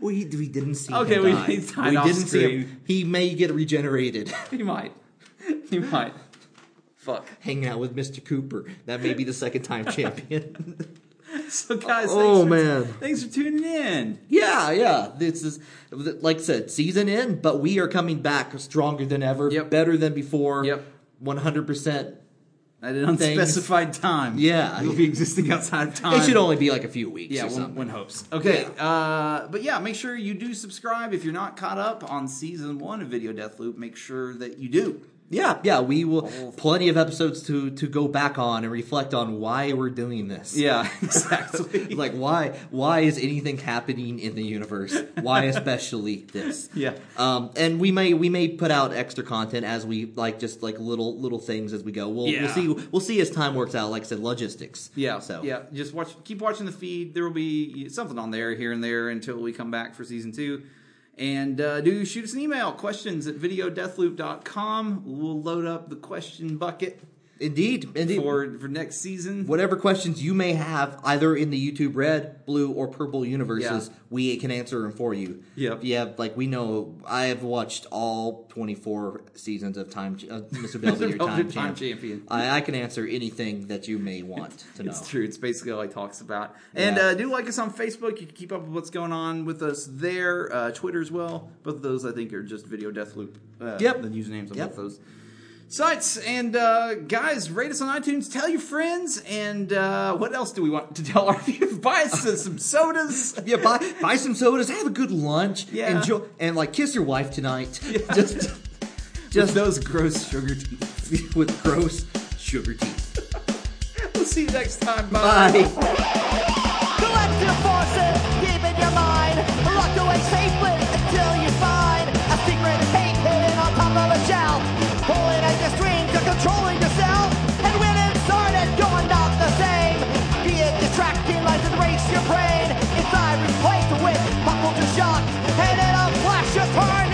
Speaker 2: we we didn't see.
Speaker 1: Okay,
Speaker 2: him
Speaker 1: we-
Speaker 2: die.
Speaker 1: he's died off
Speaker 2: see him.
Speaker 1: screen.
Speaker 2: He may get regenerated.
Speaker 1: He might. He might. Fuck.
Speaker 2: [laughs] hanging out with Mr. Cooper. That may be the
Speaker 1: [laughs]
Speaker 2: second time champion. [laughs]
Speaker 1: So guys,
Speaker 2: Oh,
Speaker 1: thanks for,
Speaker 2: man.
Speaker 1: thanks for tuning in.
Speaker 2: yeah, yeah. This is like I said, season in, but we are coming back stronger than ever,
Speaker 1: Yep.
Speaker 2: better than before.
Speaker 1: Yep.
Speaker 2: One hundred percent.
Speaker 1: At an unspecified time.
Speaker 2: Yeah.
Speaker 1: We'll be existing outside of time.
Speaker 2: It should only be like a few weeks.
Speaker 1: yeah,
Speaker 2: or
Speaker 1: one,
Speaker 2: something.
Speaker 1: one hopes. Okay, uh, but yeah, make sure you do subscribe if you're not caught up on season one of Video Death Loop. Make sure that you do.
Speaker 2: Yeah, yeah, we will
Speaker 1: Oh.
Speaker 2: plenty of episodes to to go back on and reflect on why we're doing this.
Speaker 1: Yeah, [laughs] exactly.
Speaker 2: [laughs] like why why is anything happening in the universe? Why
Speaker 1: [laughs]
Speaker 2: especially this?
Speaker 1: Yeah.
Speaker 2: Um and we may we may put out extra content as we like just like little little things as we go. We'll
Speaker 1: Yeah.
Speaker 2: we'll see we'll see as time works out like I said logistics.
Speaker 1: Yeah.
Speaker 2: So
Speaker 1: yeah, just watch. Keep watching the feed. There will be something on there here and there until we come back for season two. And uh, do shoot us an email questions at videodeathloop.com. We'll load up the question bucket
Speaker 2: Indeed, indeed.
Speaker 1: for for next season.
Speaker 2: Whatever questions you may have, either in the YouTube red, blue, or purple universes,
Speaker 1: Yeah.
Speaker 2: we can answer them for you.
Speaker 1: Yep.
Speaker 2: Yeah, like we know, I have watched all 24 seasons of Time Ch- uh,
Speaker 1: [laughs]
Speaker 2: Mr.
Speaker 1: Belvedere
Speaker 2: Belvedere Time,
Speaker 1: Time
Speaker 2: Champ.
Speaker 1: Champion.
Speaker 2: I, I can answer anything that you may want to know.
Speaker 1: It's true. It's basically all he talks about. And
Speaker 2: Yeah.
Speaker 1: uh, do like us on Facebook. You can keep up with what's going on with us there. Uh, Twitter as well. Both of those, I think, are just Video Death Loop. Uh,
Speaker 2: Yep.
Speaker 1: The usernames on
Speaker 2: Yep.
Speaker 1: both those sites. And uh, guys, rate us on iTunes. Tell your friends. And uh, what else do we want to tell our [laughs] viewers? Buy us some sodas.
Speaker 2: Yeah, buy buy some sodas, have a good lunch,
Speaker 1: Yeah.
Speaker 2: enjoy, and like kiss your
Speaker 1: [laughs]
Speaker 2: wife tonight. Just,
Speaker 1: Just
Speaker 2: just
Speaker 1: those gross sugar teeth.
Speaker 2: with gross sugar teeth.
Speaker 1: We'll see you next time.
Speaker 2: Bye.
Speaker 4: Collective forces deep in your mind, locked away safely until you find a secret hate hidden on top of a shell. Pulling at your strings, you're controlling yourself, and when it started going not the same, be it distracting lies that race your brain. Inside replaced with buckle to shock, and in a flash you turn